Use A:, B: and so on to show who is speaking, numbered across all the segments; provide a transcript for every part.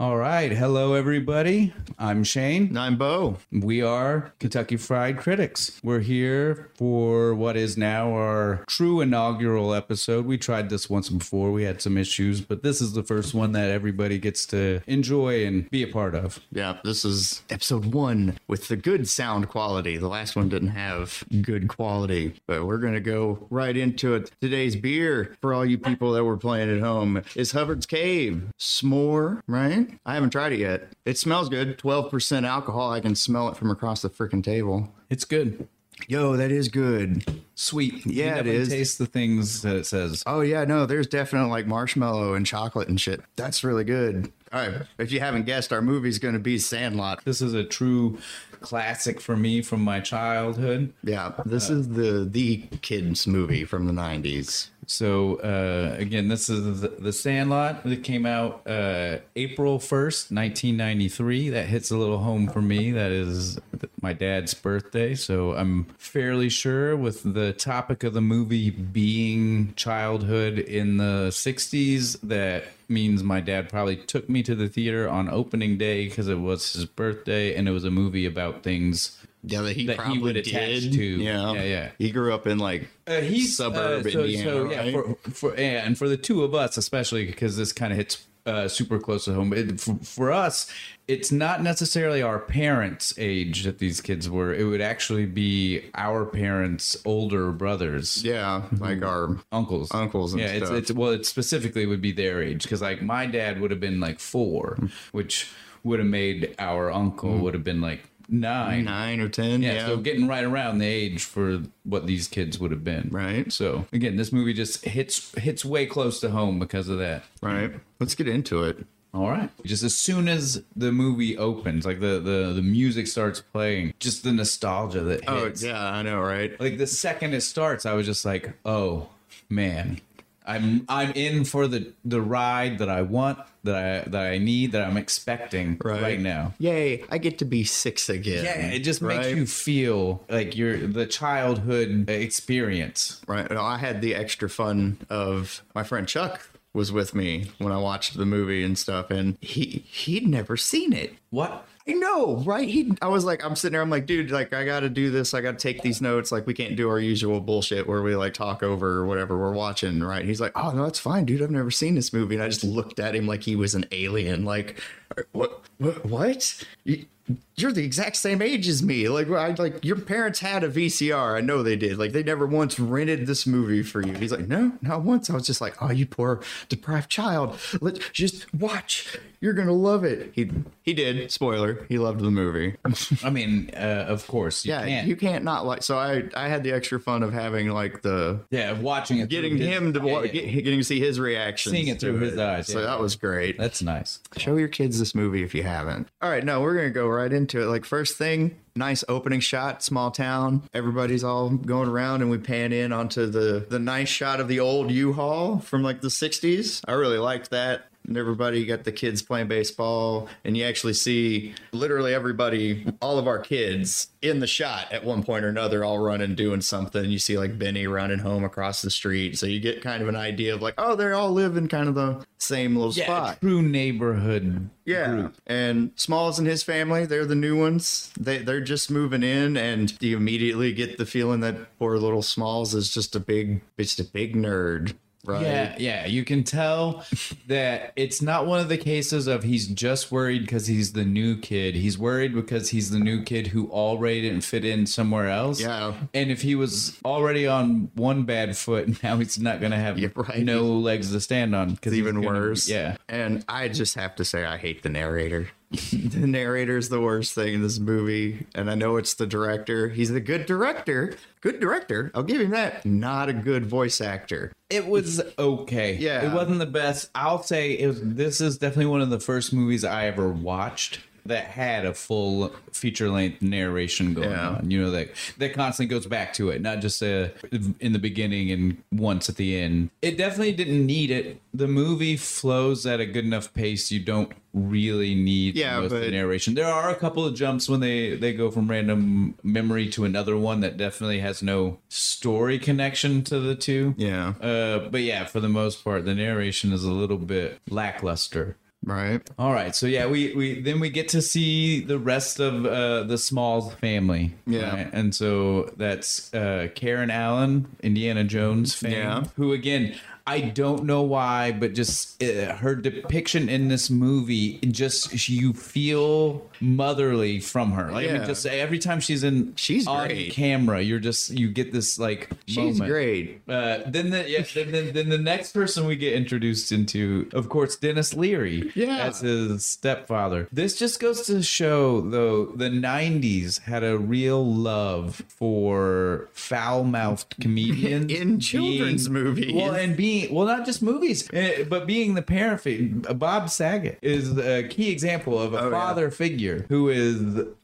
A: All right. Hello, everybody. I'm Shane.
B: Nine Bo.
A: We are Kentucky Fried Critics. We're here for what is now our true inaugural episode. We tried this once before, we had some issues, but this is the first one that everybody gets to enjoy and be a part of.
B: Yeah, this is episode one with the good sound quality. The last one didn't have good quality, but we're going to go right into it. Today's beer for all you people that were playing at home is Hubbard's Cave S'more, right? I haven't tried it yet. It smells good. 12% alcohol. I can smell it from across the freaking table.
A: It's good.
B: Yo, that is good.
A: Sweet.
B: Yeah, it
A: you definitely
B: is.
A: Taste the things that it says.
B: Oh yeah, no, there's definitely like marshmallow and chocolate and shit. That's really good. All right, if you haven't guessed, our movie's going to be Sandlot.
A: This is a true classic for me from my childhood.
B: Yeah, this is the the kids movie from the 90s.
A: So uh, again, this is the, the Sandlot that came out uh, April first, nineteen ninety three. That hits a little home for me. That is th- my dad's birthday, so I'm fairly sure with the topic of the movie being childhood in the sixties that means my dad probably took me to the theater on opening day because it was his birthday and it was a movie about things
B: Yeah, that he
A: That he
B: probably
A: would
B: did.
A: attach to.
B: Yeah.
A: Yeah, yeah.
B: He grew up in like
A: uh, he's
B: suburb
A: uh, so,
B: Indiana,
A: so, yeah,
B: right?
A: for, for yeah, and for the two of us, especially because this kind of hits uh, super close to home. It, for, for us, it's not necessarily our parents' age that these kids were. It would actually be our parents' older brothers,
B: yeah, like our
A: uncles,
B: Uncles and
A: yeah, it's,
B: stuff.
A: it's well, it specifically would be their age because like my dad would have been like
B: Hmm.
A: four, which would have made our uncle would have been like nine.
B: 9 or 10.
A: Yeah,
B: Yeah.
A: so getting right around the age for what these kids would have been.
B: Right.
A: So again, this movie just hits hits way close to home because of that.
B: right. Let's get into it.
A: All right. Just as soon as the movie opens, like the the, the music starts playing, just the nostalgia that
B: Oh,
A: hits.
B: yeah, I know, right?
A: Like the second it starts, I was just like, oh man. I'm I'm in for the, the ride that I want, that I that I need, that I'm expecting right, now.
B: Yay, I get to be 6 again.
A: Yeah, it just makes
B: right?
A: you feel like you're the childhood experience.
B: Right. No, I had the extra fun of my friend Chuck was with me when I watched the movie and stuff, and he he'd never seen it.
A: What?
B: I know, right? He, I was like, I'm sitting there, I'm like, dude, like I got to do this, I got to take these notes. Like we can't do our usual bullshit where we like talk over whatever we're watching, right? He's like, oh no, that's fine, dude. I've never seen this movie, and I just looked at him like he was an alien. Like, what? What? what? You, you're the exact same age as me. Like, I like your parents had a VCR. I know they did. Like, they never once rented this movie for you. He's like, no, not once. I was just like, oh, you poor deprived child. Let's just watch. You're gonna love it. He he did. Spoiler. He loved the movie.
A: I mean, uh, of course, you
B: yeah,
A: can't.
B: you can't not like. So I I had the extra fun of having like the
A: yeah, watching it,
B: getting
A: through his-
B: him to
A: yeah,
B: wa-
A: yeah.
B: get- getting to see his reaction,
A: Seeing it through his eyes,
B: So
A: yeah.
B: that was great.
A: That's nice.
B: Show your kids this movie if you haven't. All right, no, we're gonna go right into it. Like first thing, nice opening shot, small town. Everybody's all going around, and we pan in onto the the nice shot of the old U-Haul from like the '60s. I really liked that. And everybody got the kids playing baseball, and you actually see literally everybody, all of our kids in the shot at one point or another, all running, doing something. You see like Benny running home across the street. So you get kind of an idea of like, oh, they all live in kind of the same little
A: Yeah,
B: spot.
A: true neighborhood.
B: Yeah, and Smalls and his family—they're the new ones. They—they're just moving in, and you immediately get the feeling that poor little Smalls is just a big, just a big nerd, right?
A: Yeah, yeah. You can tell that it's not one of the cases of he's just worried because he's the new kid. He's worried because he's the new kid who already didn't fit in somewhere else.
B: Yeah.
A: And if he was already on one bad foot, now he's not going to have
B: Yeah, right.
A: no legs to stand on. Because
B: It's even worse.
A: Yeah.
B: And I just have to say, I hate the narrator. the narrator is the worst thing in this movie. And I know it's the director. He's the good director. Good director. I'll give him that. Not a good voice actor.
A: It was okay.
B: Yeah.
A: It wasn't the best. I'll say it was, this is definitely one of the first movies I ever watched that had a full feature length narration going
B: Yeah.
A: on. You know, that that constantly goes back to it, not just uh, in the beginning and once at the end. It definitely didn't need it. The movie flows at a good enough pace you don't really need
B: Yeah,
A: most of the
B: but-
A: narration. There are a couple of jumps when they they go from random memory to another one that definitely has no story connection to the two.
B: Yeah.
A: Uh, but yeah, for the most part, the narration is a little bit lackluster.
B: Right.
A: All right, so yeah, we, we then we get to see the rest of uh, the Smalls family.
B: Yeah.
A: right? and so that's uh, Karen Allen, Indiana Jones fan,
B: Yeah.
A: who again I don't know why, but just uh, her depiction in this movie, it just you feel motherly from her. Like I mean,
B: Yeah.
A: just every time she's in,
B: She's
A: on
B: great.
A: camera. You're just you get this like
B: She's
A: moment.
B: great.
A: Uh, then the yeah, then, then, then the next person we get introduced into, of course, Dennis Leary
B: Yeah.
A: as his stepfather. This just goes to show, though, the '90s had a real love for foul-mouthed comedians
B: In children's movies.
A: Well, and being well, not just movies, eh, but being the parent figure. Bob Saget is a key example of a
B: Oh, yeah.
A: father figure who is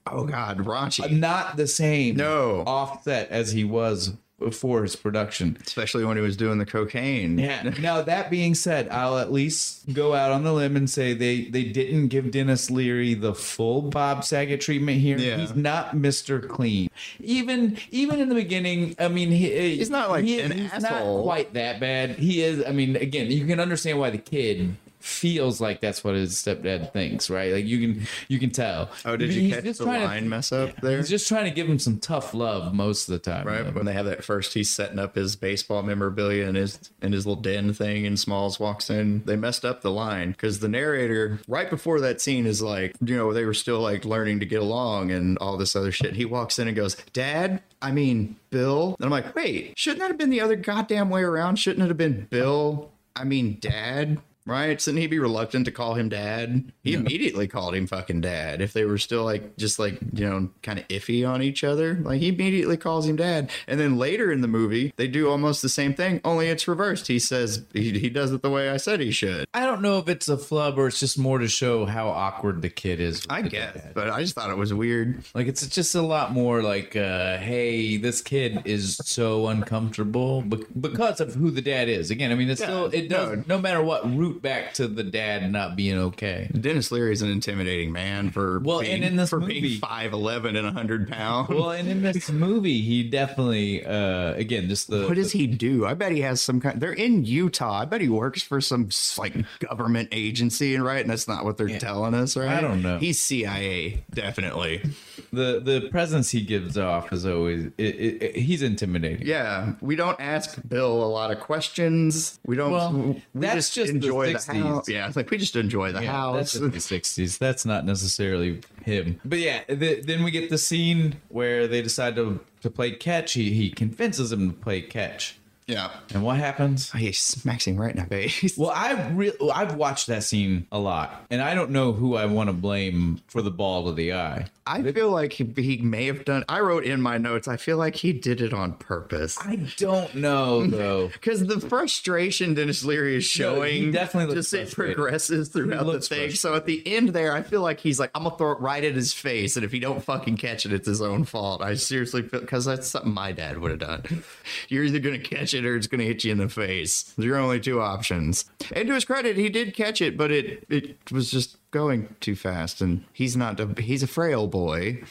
B: Oh God, raunchy.
A: not the same
B: No.
A: offset as he was before his production.
B: Especially when he was doing the cocaine.
A: Yeah. Now that being said, I'll at least go out on the limb and say they they didn't give Dennis Leary the full Bob Saget treatment here.
B: Yeah.
A: He's not Mr. Clean. Even even in the beginning, I mean, he,
B: He's not, like,
A: he-
B: an
A: he's
B: asshole.
A: Not quite that bad. He is. I mean, again, you can understand why the kid feels like that's what his stepdad thinks, right? Like you can you can tell.
B: Oh, did you
A: He's
B: catch
A: just
B: the
A: trying to-
B: line mess up there?
A: He's just trying to give him some tough love most of the time.
B: Right
A: though.
B: when they have that first, he's setting up his baseball memorabilia and his in his little den thing, and Smalls walks in. They messed up the line because the narrator right before that scene is like, you know, they were still like learning to get along and all this other shit. He walks in and goes, "Dad, I mean Bill," and I'm like, "Wait, shouldn't that have been the other goddamn way around? Shouldn't it have been Bill? I mean Dad." Right? Shouldn't he be reluctant to call him dad? He immediately called him fucking dad. If they were still like, just like, you know, kind of iffy on each other, like he immediately calls him dad. And then later in the movie, they do almost the same thing, only it's reversed. He says, he, he does it the way I said he should.
A: I don't know if it's a flub or it's just more to show how awkward the kid is. with
B: I
A: the
B: guess,
A: dad.
B: but I just thought it was weird.
A: Like it's just a lot more like, uh, hey, this kid is so uncomfortable bec- because of who the dad is. Again, I mean, it's
B: Yeah,
A: still it does
B: no.
A: no. matter what root back to the dad not being okay.
B: Dennis Leary's an intimidating man for
A: Well,
B: being,
A: and in this
B: for
A: movie-
B: being 5'11 and 100 pounds.
A: Well, and in this movie, he definitely uh, again just the
B: What does he do? I bet he has some kind. They're in Utah. I bet he works for some like government agency, and right, and that's not what they're telling us, right?
A: I don't know.
B: He's CIA, definitely.
A: the the presence he gives off is always it, it, it- he's intimidating.
B: Yeah, we don't ask Bill a lot of questions. We don't.
A: Well,
B: we
A: that's just the
B: enjoy the,
A: 60s.
B: house. Yeah, it's like we just enjoy the
A: Yeah,
B: house.
A: That's just the 60s. That's not necessarily him. But yeah, th- then we get the scene where they decide to, to play catch. He, he convinces him to play catch.
B: yeah,
A: And what happens?
B: he smacks him Oh, right in the face.
A: Well, I've re- I've watched that scene a lot, and I don't know who I want to blame for the ball to the eye.
B: I feel like he, he may have done. I wrote in my notes. I feel like he did it on purpose.
A: I don't know though.
B: Because the frustration Dennis Leary is showing
A: definitely looks
B: just it
A: frustrated.
B: progresses throughout the
A: looks
B: thing. So at the end there, I feel like he's like, I'm gonna throw it right at his face, and if he don't fucking catch it, it's his own fault. I seriously feel because that's something my dad would have done. You're either gonna catch it or it's gonna hit you in the face. Those are your only two options. And to his credit, he did catch it, but it it was just going too fast, and he's not a, he's a frail boy.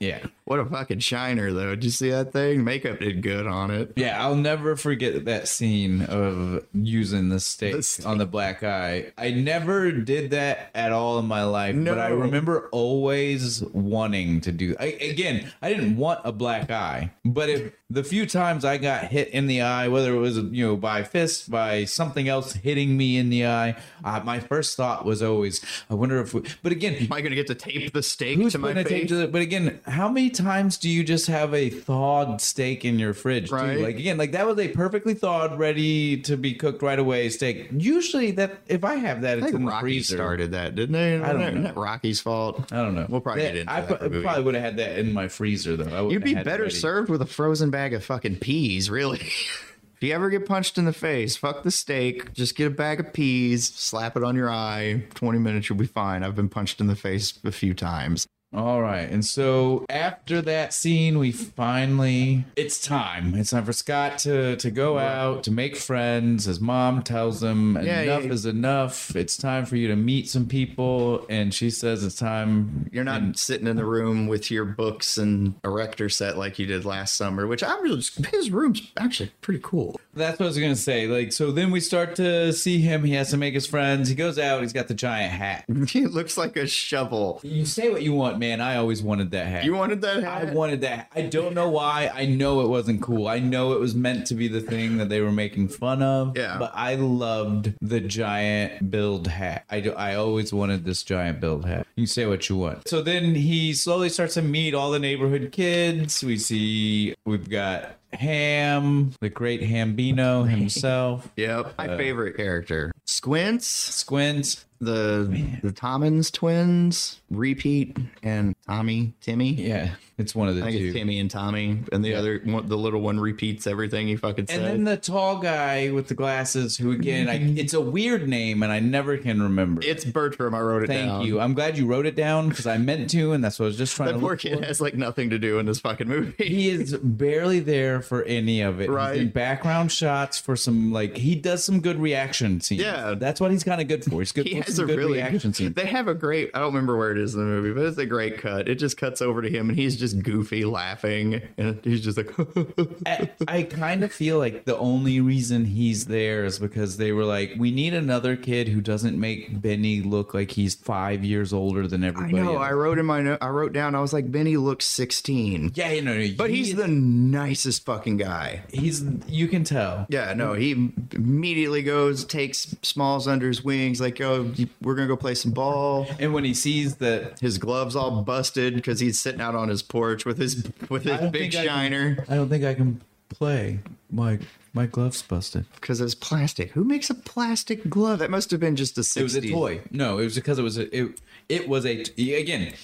A: yeah,
B: What a fucking shiner though! Did you see that thing? Makeup did good on it.
A: yeah. I'll never forget that scene of using the stake,
B: The stake.
A: on the black eye. I never did that at all in my life, but I
B: No.
A: remember always wanting to do. I, again, I didn't want a black eye, but if the few times I got hit in the eye, whether it was you know by a fist, by something else hitting me in the eye, uh, my first thought was always, I wonder if. We, but again,
B: Am I gonna get to tape the stake
A: Who's
B: to my
A: putting a
B: face?
A: tape to the- but again, how many times do you just have a thawed steak in your fridge? too?
B: Right.
A: Like again, like that was a perfectly thawed, ready to be cooked right away steak. Usually, that if I have that, it's
B: I
A: in
B: think
A: the
B: Rocky
A: freezer.
B: started that, didn't they? I
A: don't
B: not
A: know.
B: that Rocky's fault?
A: I don't know.
B: We'll probably
A: That-
B: get into
A: I
B: that
A: pro-
B: movie.
A: probably would have had that in my freezer though. I wouldn't
B: You'd be
A: have had it
B: better
A: ready.
B: served with a frozen bag of fucking peas, really. if you ever get punched in the face, fuck the steak. Just get a bag of peas, slap it on your eye. 20 minutes, you'll be fine. I've been punched in the face a few times.
A: All right. And so after that scene, we finally it's time. It's time for Scott to to go out, to make friends. His mom tells him
B: Yeah,
A: enough
B: yeah.
A: is enough. It's time for you to meet some people and she says it's time
B: You're not sitting in the room with your books and erector set like you did last summer, which I'm just, his room's actually pretty cool.
A: That's what I was gonna say. Like, so then we start to see him. He has to make his friends. He goes out. He's got the giant hat.
B: He looks like a shovel.
A: You say what you want, man. I always wanted that hat.
B: You wanted that
A: I
B: hat?
A: wanted that. I don't know why. I know it wasn't cool. I know it was meant to be the thing that they were making fun of.
B: Yeah.
A: But I loved the giant build hat. I, do, I always wanted this giant build hat. You say what you want. So then he slowly starts to meet all the neighborhood kids. We see we've got Ham, the great Hambino himself.
B: Yep.
A: Uh,
B: My favorite character. Squints,
A: Squint.
B: the the Tommins twins, repeat, and Tommy, Timmy.
A: Yeah, it's one of the
B: I think
A: two.
B: it's Timmy and Tommy, and the other one, the little one repeats everything he fucking
A: And
B: says.
A: then the tall guy with the glasses, who again, I,
B: Mm-hmm.
A: it's a weird name, and I never can remember.
B: it's Bertram. I wrote it
A: Thank
B: down.
A: you. I'm glad you wrote it down because I meant to, and that's what I was just trying
B: That
A: to
B: poor
A: look
B: kid
A: for.
B: has like nothing to do in this fucking movie.
A: He is barely there for any of it. He's
B: Right.
A: in background shots for some like he does some good reaction scenes.
B: Yeah.
A: that's what he's kind of good for. He's good
B: He
A: for
B: has
A: some
B: a
A: good
B: really
A: reaction scenes.
B: They have a great. I don't remember where it is in the movie, but it's a great cut. It just cuts over to him, and he's just goofy laughing, and he's just like, Eh,
A: I, I kind of feel like the only reason he's there is because they were like, we need another kid who doesn't make Benny look like he's five years older than
B: I
A: everybody.
B: know.
A: else."
B: I wrote in my. note. I wrote down. I was like, Benny looks sixteen,
A: yeah, you know,
B: but he's the nicest fucking guy.
A: he's you can tell.
B: Yeah, no, he immediately goes, takes Smalls under his wings, like, oh, we're gonna go play some ball.
A: And when he sees that,
B: His gloves all busted because he's sitting out on his porch with his with his
A: don't
B: big
A: think I can-
B: shiner
A: I don't think I can play. My my gloves busted.
B: because it's plastic. Who makes a plastic glove? That must have been just a sixty.
A: It was a toy. No, it was because it was a it, it was a again,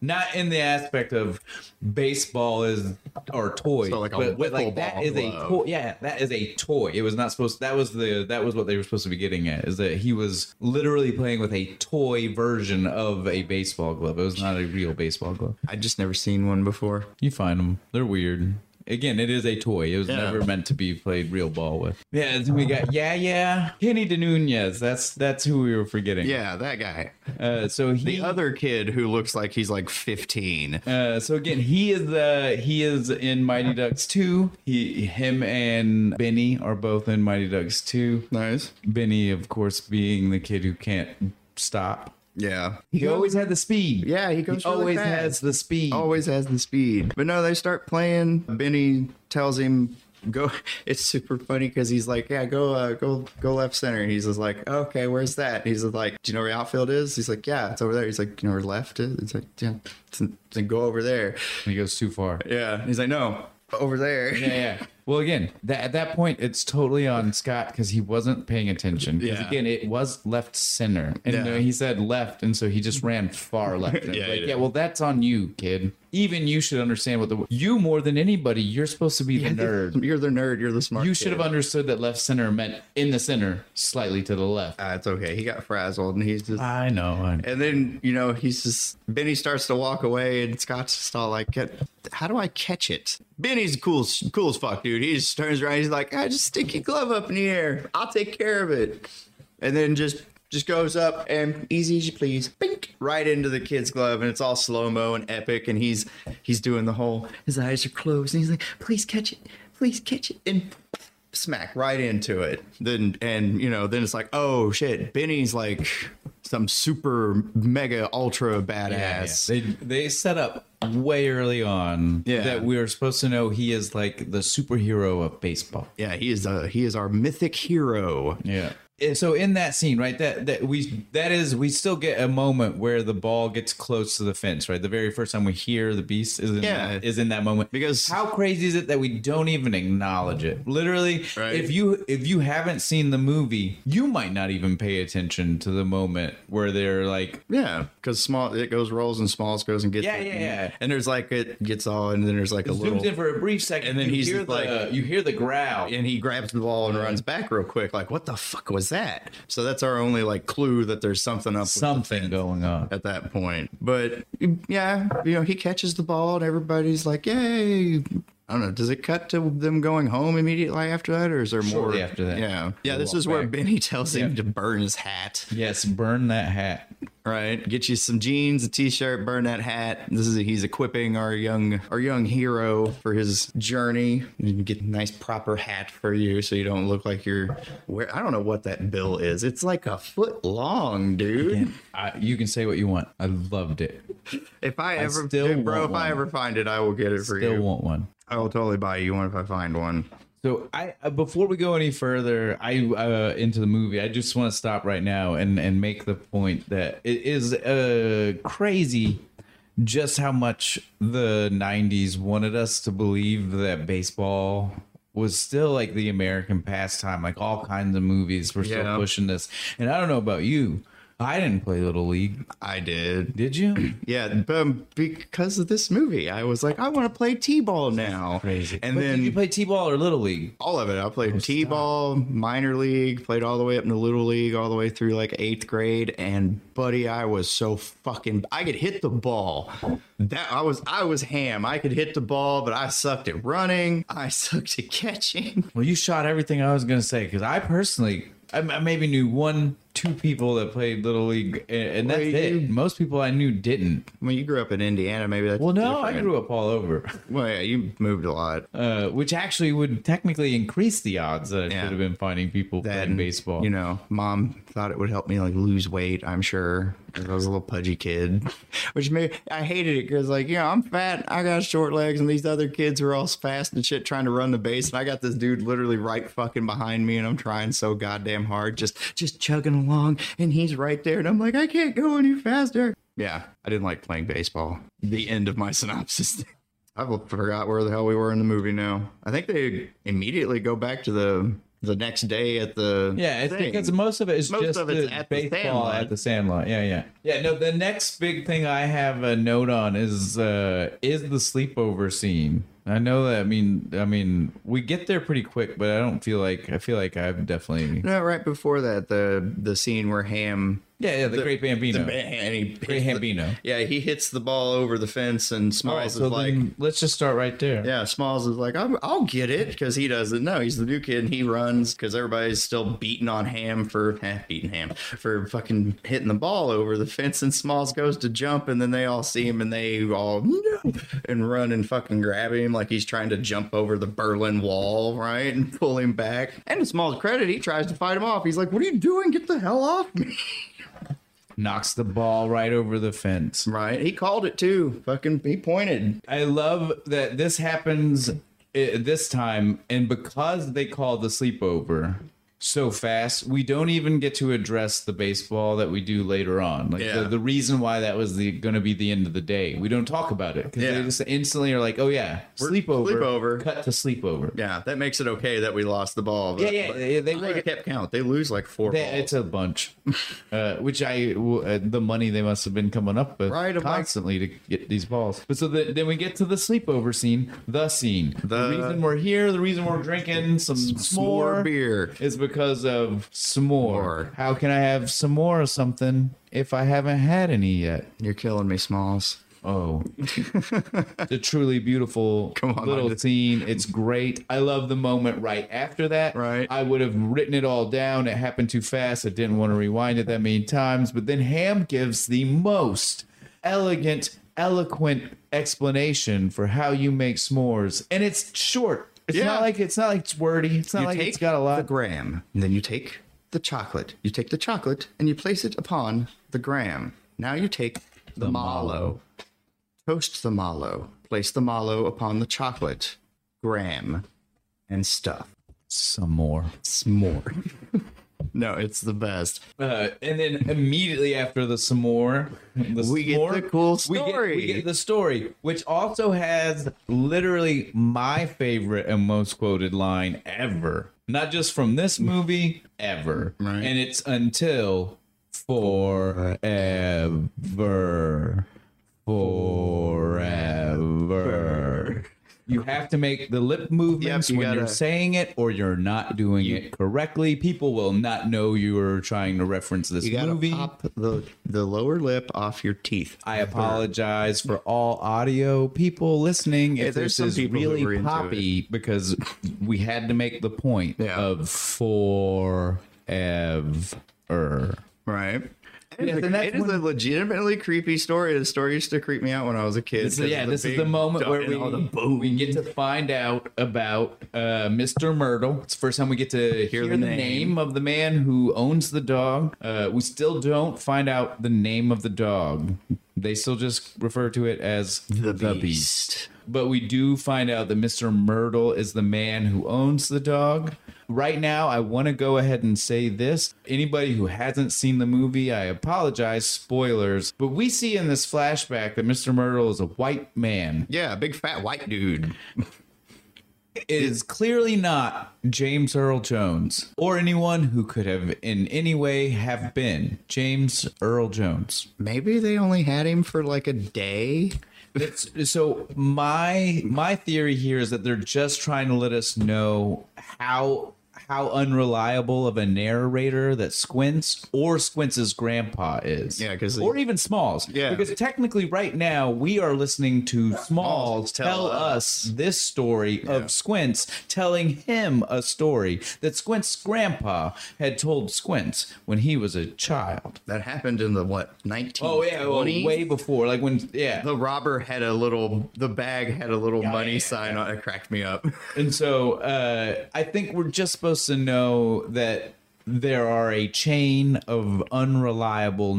A: not in the aspect of baseball is or toy,
B: So like a
A: but, but
B: wiffle
A: like that
B: ball
A: is a
B: glove.
A: toy. Yeah, that is a toy. It was not supposed. That was the that was what they were supposed to be getting at is that he was literally playing with a toy version of a baseball glove. It was not a real baseball glove.
B: I just never seen one before.
A: You find them. They're weird. Again, it is a toy. It was
B: Yeah. Uh-huh.
A: never meant to be played real ball with. Yeah, then we got yeah, yeah. Kenny DeNunez. That's that's who we were forgetting.
B: Yeah, that guy.
A: Uh, so he.
B: The other kid who looks like he's like fifteen.
A: uh, so again, he is the he is in Mighty Ducks two. He him and Benny are both in Mighty Ducks two.
B: Nice.
A: Benny, of course, being the kid who can't stop.
B: Yeah.
A: He always had the speed.
B: Yeah, he
A: he
B: goes. really
A: always
B: fast.
A: has the speed.
B: always has the speed. But no, they start playing. Benny tells him go. It's super funny because he's like, yeah, go, uh, go, go left center. And he's just like, okay, where's that? He's just like, do you know where the outfield is? He's like, yeah, it's over there. He's like, you know where left is? It's like, yeah, it's- then go over there.
A: He goes too far.
B: Yeah. And he's like, no, over there.
A: yeah, yeah. Well, again, that, at that point, it's totally on Scott because he wasn't paying attention. 'Cause
B: Yeah.
A: again, it was left center, and
B: Yeah.
A: uh, he said left, and so he just ran far left. And
B: Yeah,
A: yeah,
B: he
A: like,
B: did.
A: yeah. Well, that's on you, kid. Even you should understand what the you more than anybody. You're supposed to be the nerd.
B: You're the nerd. You're the smart.
A: You should
B: kid.
A: have understood that left center meant in the center, slightly to the left.
B: Ah, it's okay. He got frazzled, and he's just.
A: I know. I know.
B: And then, you know, he's just Benny starts to walk away, and Scott's just all like, "Get- "How do I catch it?" Benny's cool, as- cool as fuck, dude. He just turns around, he's like, "I just stick your glove up in the air. I'll take care of it." And then just just goes up and easy as you please, bink, right into the kid's glove, and it's all slow mo and epic. And he's he's doing the whole. His eyes are closed, and he's like, "Please catch it, please catch it," and smack right into it. Then and you know, then it's like, oh shit, Benny's like some super mega ultra
A: Yeah,
B: badass.
A: yeah. They they set up way early on
B: Yeah.
A: that we are supposed to know he is like the superhero of baseball.
B: Yeah, he is uh he is our mythic hero.
A: Yeah. And So in that scene, right, that that we that is we still get a moment where the ball gets close to the fence, right? The very first time we hear the beast is in
B: Yeah.
A: that, is in that moment.
B: Because-
A: how crazy is it that we don't even acknowledge it? Literally,
B: Right.
A: if you if you haven't seen the movie, you might not even pay attention to the moment where they're like,
B: Yeah, because small it goes rolls and Smalls goes and gets
A: Yeah,
B: it.
A: yeah, yeah.
B: And there's like it gets all and then there's like a
A: zooms
B: little
A: in for a brief second,
B: And then
A: you
B: he's
A: hear
B: just
A: the,
B: like-
A: you hear the growl. Mm-hmm.
B: and he grabs the ball and runs back real quick like what the fuck was that? So that's our only like clue that there's something up. with the
A: Something
B: fence
A: going on.
B: at that point. But yeah, you know, he catches the ball and everybody's like, "Yay!" I don't know. Does it cut to them going home immediately after that, or is there more
A: Shortly after that.
B: Yeah, yeah.
A: They
B: This
A: walk
B: is where
A: back.
B: Benny tells him
A: Yeah.
B: to burn his hat.
A: Yes, burn that hat.
B: Right, get you some jeans, a t-shirt, burn that hat. This is he's equipping our young our young hero for his journey. You can get a nice proper hat for you, so you don't look like you're. Where I don't know what that bill is. It's like a foot long, dude.
A: I, you can say what you want. I loved it.
B: If I ever,
A: still
B: dude, bro, if
A: want
B: I
A: one.
B: ever find it, I will get it for
A: Still
B: you.
A: want one.
B: I will totally buy you one if I find one.
A: So I uh, before we go any further, I uh, into the movie. I just want to stop right now and and make the point that it is uh, crazy just how much the '90s wanted us to believe that baseball was still like the American pastime. Like all kinds of movies were still
B: Yeah.
A: pushing this. And I don't know about you. I didn't play little league.
B: I did.
A: Did you?
B: Yeah, but because of this movie, I was like, I want to play t-ball now.
A: Crazy.
B: And
A: But
B: then
A: did you play t-ball or little league?
B: all of it. I played t-ball, minor league, played all the way up into little league, all the way through like eighth grade. And buddy, I was so fucking. I could hit the ball. That I was. I was ham. I could hit the ball, but I sucked at running. I sucked at catching.
A: Well, you shot everything I was going to say because I personally, I, I maybe knew one, two people that played little league, and, and that's
B: Well, you-
A: it. Most people I knew didn't.
B: I mean, you grew up in Indiana, maybe that's
A: Well, no, I
B: different.
A: grew up all over,
B: Well, yeah, you moved a lot.
A: uh, which actually would technically increase the odds that I
B: Yeah.
A: should have been finding people
B: that
A: playing
B: and,
A: baseball.
B: You know, mom thought it would help me like lose weight. I'm sure 'cause I was a little pudgy kid, which made I hated it because like you know I'm fat, I got short legs, and these other kids were all fast and shit trying to run the base, and I got this dude literally right fucking behind me, and I'm trying so goddamn hard, just just chugging along, and he's right there, and I'm like I can't go any faster. Yeah, I didn't like playing baseball. The end of my synopsis. I forgot where the hell we were in the movie now. I think they immediately go back to the the next day at the
A: yeah, it's
B: thing.
A: because most of it is
B: Most
A: just
B: of it's
A: the
B: at the
A: baseball
B: Sandlot.
A: at the Sandlot. Yeah, yeah, yeah. No, the next big thing I have a note on is uh, is the sleepover scene. I know that. I mean, I mean, we get there pretty quick, but I don't feel like I feel like I've definitely
B: no, right before that the the scene where Ham
A: Yeah, yeah, the, Great Bambino.
B: and he
A: Great Bambino.
B: yeah he hits the ball over the fence and
A: All
B: Smalls
A: right,
B: is
A: so
B: like
A: then let's just start right there.
B: yeah Smalls is like I'm, I'll get it because he doesn't know he's the new kid and he runs because everybody's still beating on Ham for eh, beating Ham for fucking hitting the ball over the fence and Smalls goes to jump and then they all see him and they all no and run and fucking grab him like he's trying to jump over the Berlin Wall right and pull him back and to Smalls' credit he tries to fight him off he's like what are you doing get the hell off me
A: Knocks the ball right over the fence.
B: Right. He called it too. Fucking he pointed.
A: I love that this happens i this time, and because they called the sleepover so fast, we don't even get to address the baseball that we do later on. Like
B: Yeah.
A: the, the reason why that was the going to be the end of the day, we don't talk about it because
B: Yeah.
A: they just instantly are like, "Oh yeah, sleepover,
B: sleepover.
A: cut to sleepover."
B: Yeah, that makes it okay that we lost the ball. But,
A: Yeah, yeah,
B: but
A: they- they
B: I
A: were-
B: kept count. They lose like four
A: They-
B: balls.
A: it's a bunch, uh, which I w- uh, the money they must have been coming up with
B: Right, I'm like-
A: constantly to get these balls. But so the, then we get to the sleepover scene, the scene, the,
B: The-
A: reason we're here, the reason we're drinking some s'more,
B: S'more beer.
A: is because of s'more.
B: S'more.
A: How can I have some more or something if I haven't had any yet?
B: You're killing me, Smalls.
A: Oh, the truly beautiful
B: Come on,
A: little
B: I just-
A: scene. It's great. I love the moment right after that.
B: Right.
A: I would have written it all down. It happened too fast. I didn't want to rewind it that many times. But then Ham gives the most elegant, eloquent explanation for how you make s'mores, and it's short. It's
B: Yeah.
A: not like it's not like it's wordy. It's not
B: You
A: like
B: take
A: it's got a
B: the
A: lot.
B: gram, and then you take the chocolate. You take the chocolate and you place it upon the gram. Now you take the, mallow. Toast the mallow. Place the mallow upon the chocolate, gram, and stuff.
A: Some more.
B: S'more. no, it's the best.
A: Uh, and then immediately after the s'more, the
B: We get
A: s'more,
B: the cool
A: we get- We
B: story.
A: get, the story, which also has literally my favorite and most quoted line ever. Not just from this movie, ever.
B: Right.
A: And it's until forever, forever. You have to make the lip movements
B: Yep, you
A: when you're
B: gotta-
A: saying it, or you're not doing it correctly. People will not know you are trying to reference this
B: You gotta
A: movie.
B: pop the the lower lip off your teeth.
A: I apologize for all audio people listening if
B: there's
A: this
B: some
A: is
B: people who were
A: really
B: into
A: poppy because we had to make the point
B: Yeah.
A: of forever.
B: Right.
A: Yeah,
B: It is
A: then
B: a-
A: that's
B: it is a legitimately creepy story. The story used to creep me out when I was a kid.
A: So
B: 'cause
A: yeah,
B: of the
A: this is
B: big
A: the moment
B: dot
A: where
B: and
A: we,
B: all the
A: we get to find out about uh, Mr. Myrtle. It's the first time we get to hear,
B: the
A: the,
B: name.
A: name. of the man who owns the dog. Uh, we still don't find out the name of the dog. They still just refer to it as
B: the, beast.
A: But we do find out that Mr. Myrtle is the man who owns the dog. Right now, I want to go ahead and say this. Anybody who hasn't seen the movie, I apologize, spoilers. But we see in this flashback that Mr. Myrtle is a white man.
B: Yeah, big fat white dude.
A: It is clearly not James Earl Jones or anyone who could have in any way have been James Earl Jones.
B: Maybe they only had him for like a day.
A: It's, so my my theory here is that they're just trying to let us know how how unreliable of a narrator that Squints or Squints's grandpa is.
B: Yeah, 'cause they-
A: or even Smalls.
B: Yeah.
A: because technically, right now we are listening to Smalls
B: tell
A: tell, us this story of Squints telling him a story that Squints' grandpa had told Squints when he was a child.
B: That happened in the what nineteen?
A: Oh yeah, well, way before, like when yeah,
B: the robber had a little. The bag had a little money
A: yeah,
B: sign on. It cracked me up.
A: And so uh, I think we're just supposed to know that there are a chain of unreliable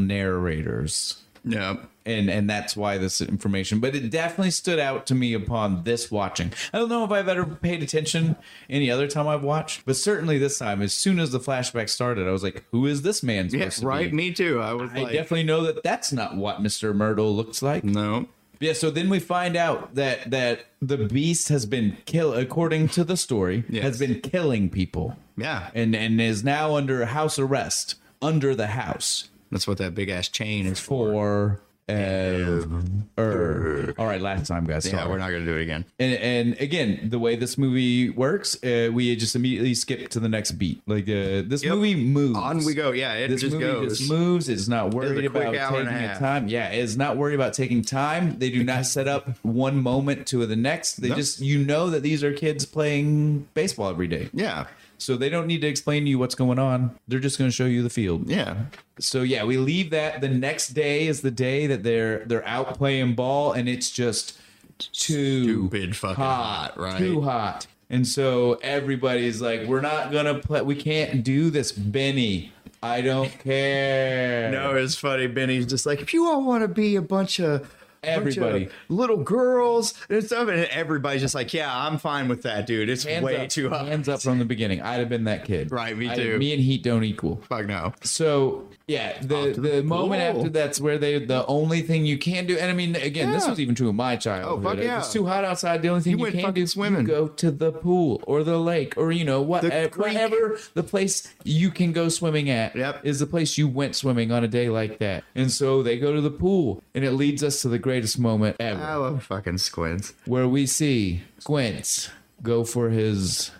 A: narrators.
B: yeah.
A: And, and that's why this information, but it definitely stood out to me upon this watching. I don't know if I've ever paid attention any other time I've watched, but certainly this time, as soon as the flashback started, I was like, "Who is this man
B: Yeah,
A: supposed to
B: right.
A: be?"
B: Me too. I was
A: I
B: like,
A: definitely know that that's not what Mr. Myrtle looks like.
B: no.
A: Yeah, so then we find out that that the beast has been kill according to the story
B: Yes.
A: has been killing people.
B: Yeah.
A: And and is now under house arrest under the house
B: That's what that big ass chain is for.
A: for ever. All right, last time guys.
B: Yeah,
A: sorry.
B: we're not gonna do it again.
A: And, and again, the way this movie works, uh, we just immediately skip to the next beat. Like uh, this
B: Yep.
A: movie moves
B: On we go. Yeah, it
A: this
B: just
A: movie
B: goes.
A: just moves. It's not worried
B: quick
A: about
B: hour and
A: taking
B: a
A: a
B: half.
A: time. Yeah, it's not worried about taking time. They do not set up one moment to the next. They
B: No.
A: just you know that these are kids playing baseball every day.
B: yeah,
A: So they don't need to explain to you what's going on. They're just going to show you the field.
B: yeah.
A: So yeah, we leave that. The next day is the day that they're they're out playing ball, and it's just too
B: Stupid fucking hot, right?
A: Too hot. And so everybody's like, "We're not gonna play. We can't do this, Benny. I don't care."
B: No, it's funny. Benny's just like, if you all want to be a bunch of
A: Everybody.
B: bunch of little girls and stuff, and everybody's just like, yeah, I'm fine with that, dude. It's
A: Hands
B: way
A: up,
B: too hot.
A: Hands up from the beginning. I'd have been that kid.
B: Right, me
A: I-
B: too.
A: me and heat don't equal.
B: Fuck no.
A: So yeah, the
B: Off to
A: the,
B: the
A: moment
B: pool.
A: after that's where they the only thing you can do. And I mean, again, this
B: Yeah. Oh,
A: was even true in my childhood.
B: fuck
A: If
B: yeah.
A: It's too hot outside. The only thing you,
B: went
A: can
B: fucking
A: do
B: swimming.
A: You go to the pool or the lake or you know what
B: The
A: uh,
B: creek.
A: whatever the place you can go swimming at
B: Yep.
A: is the place you went swimming on a day like that. And so they go to the pool, and it leads us to the greatest moment ever,
B: I love fucking squints.
A: where we see Squints go for his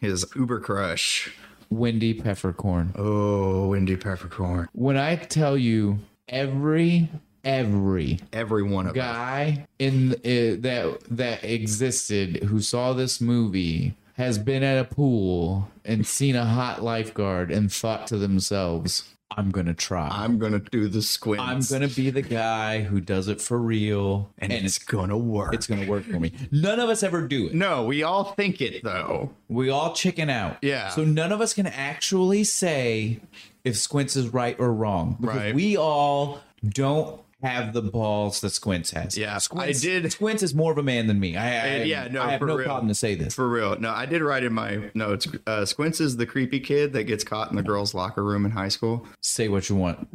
B: His Uber crush.
A: windy peppercorn.
B: Oh, Windy Peppercorn.
A: When I tell you every every
B: Every one of us.
A: guy in uh, that that existed who saw this movie has been at a pool and seen a hot lifeguard and thought to themselves, "I'm gonna try.
B: I'm gonna do the squints.
A: I'm gonna be the guy who does it for real,
B: and, it's gonna work.
A: it's gonna work for me." None of us ever do it.
B: no, we all think it though.
A: We all chicken out.
B: Yeah.
A: So none of us can actually say if Squints is right or wrong. Because
B: Right.
A: we all don't have the balls that Squints has.
B: Yeah, I
A: Squints,
B: did-
A: Squints is more of a man than me. I, I
B: And yeah, no,
A: I have
B: for
A: no
B: real.
A: problem to say this.
B: For real. No, I did write in my notes. Uh, Squints is the creepy kid that gets caught in the girls' locker room in high school.
A: say what you want.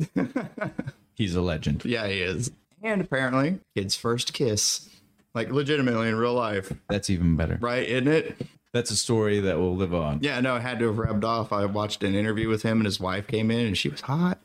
A: He's a legend.
B: Yeah, he is. And apparently, kid's first kiss. Like, legitimately in real life,
A: That's even better.
B: right? Isn't it?
A: That's a story that will live on.
B: Yeah, no, it had to have rubbed off. I watched an interview with him and his wife came in and she was hot.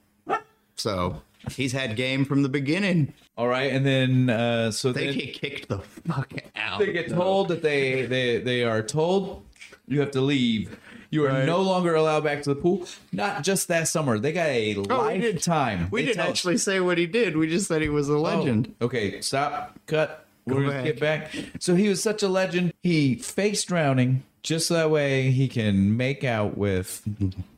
B: So he's had game from the beginning.
A: All right, and then uh, so
B: They
A: then
B: get kicked the fuck out.
A: they get
B: though.
A: told that they they they are told you have to leave. You are no longer allowed back to the pool. Not just that summer. They got a
B: Oh, we did-
A: lifetime.
B: We
A: They
B: didn't
A: tell-
B: actually say what he did. We just said he was a legend.
A: Oh, okay, stop, cut. We're
B: Go
A: gonna get back. So he was such a legend. He fakes drowning just so that way he can make out with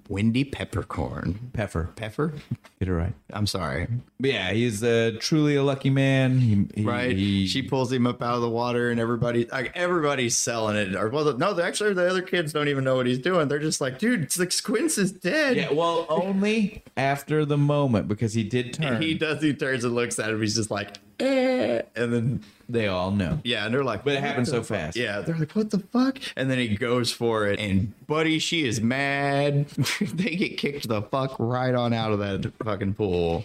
B: Windy peppercorn.
A: Peffer.
B: Pepper?
A: Get it right.
B: I'm sorry.
A: But yeah, he's uh, truly a lucky man. He, he-
B: Right?
A: He,
B: she pulls him up out of the water, and everybody, like everybody's selling it. Or well, the- no, the- actually, the other kids don't even know what he's doing. They're just like, dude, it's like Squints is dead.
A: yeah, well, only after the moment because he did turn.
B: He does. He turns and looks at him. He's just like, eh. and then
A: they all know.
B: yeah, and they're like,
A: But it happened so fast.
B: Yeah, they're like, what the fuck? And then he goes for it, and buddy, she is mad. they get kicked the fuck right on out of that fucking pool.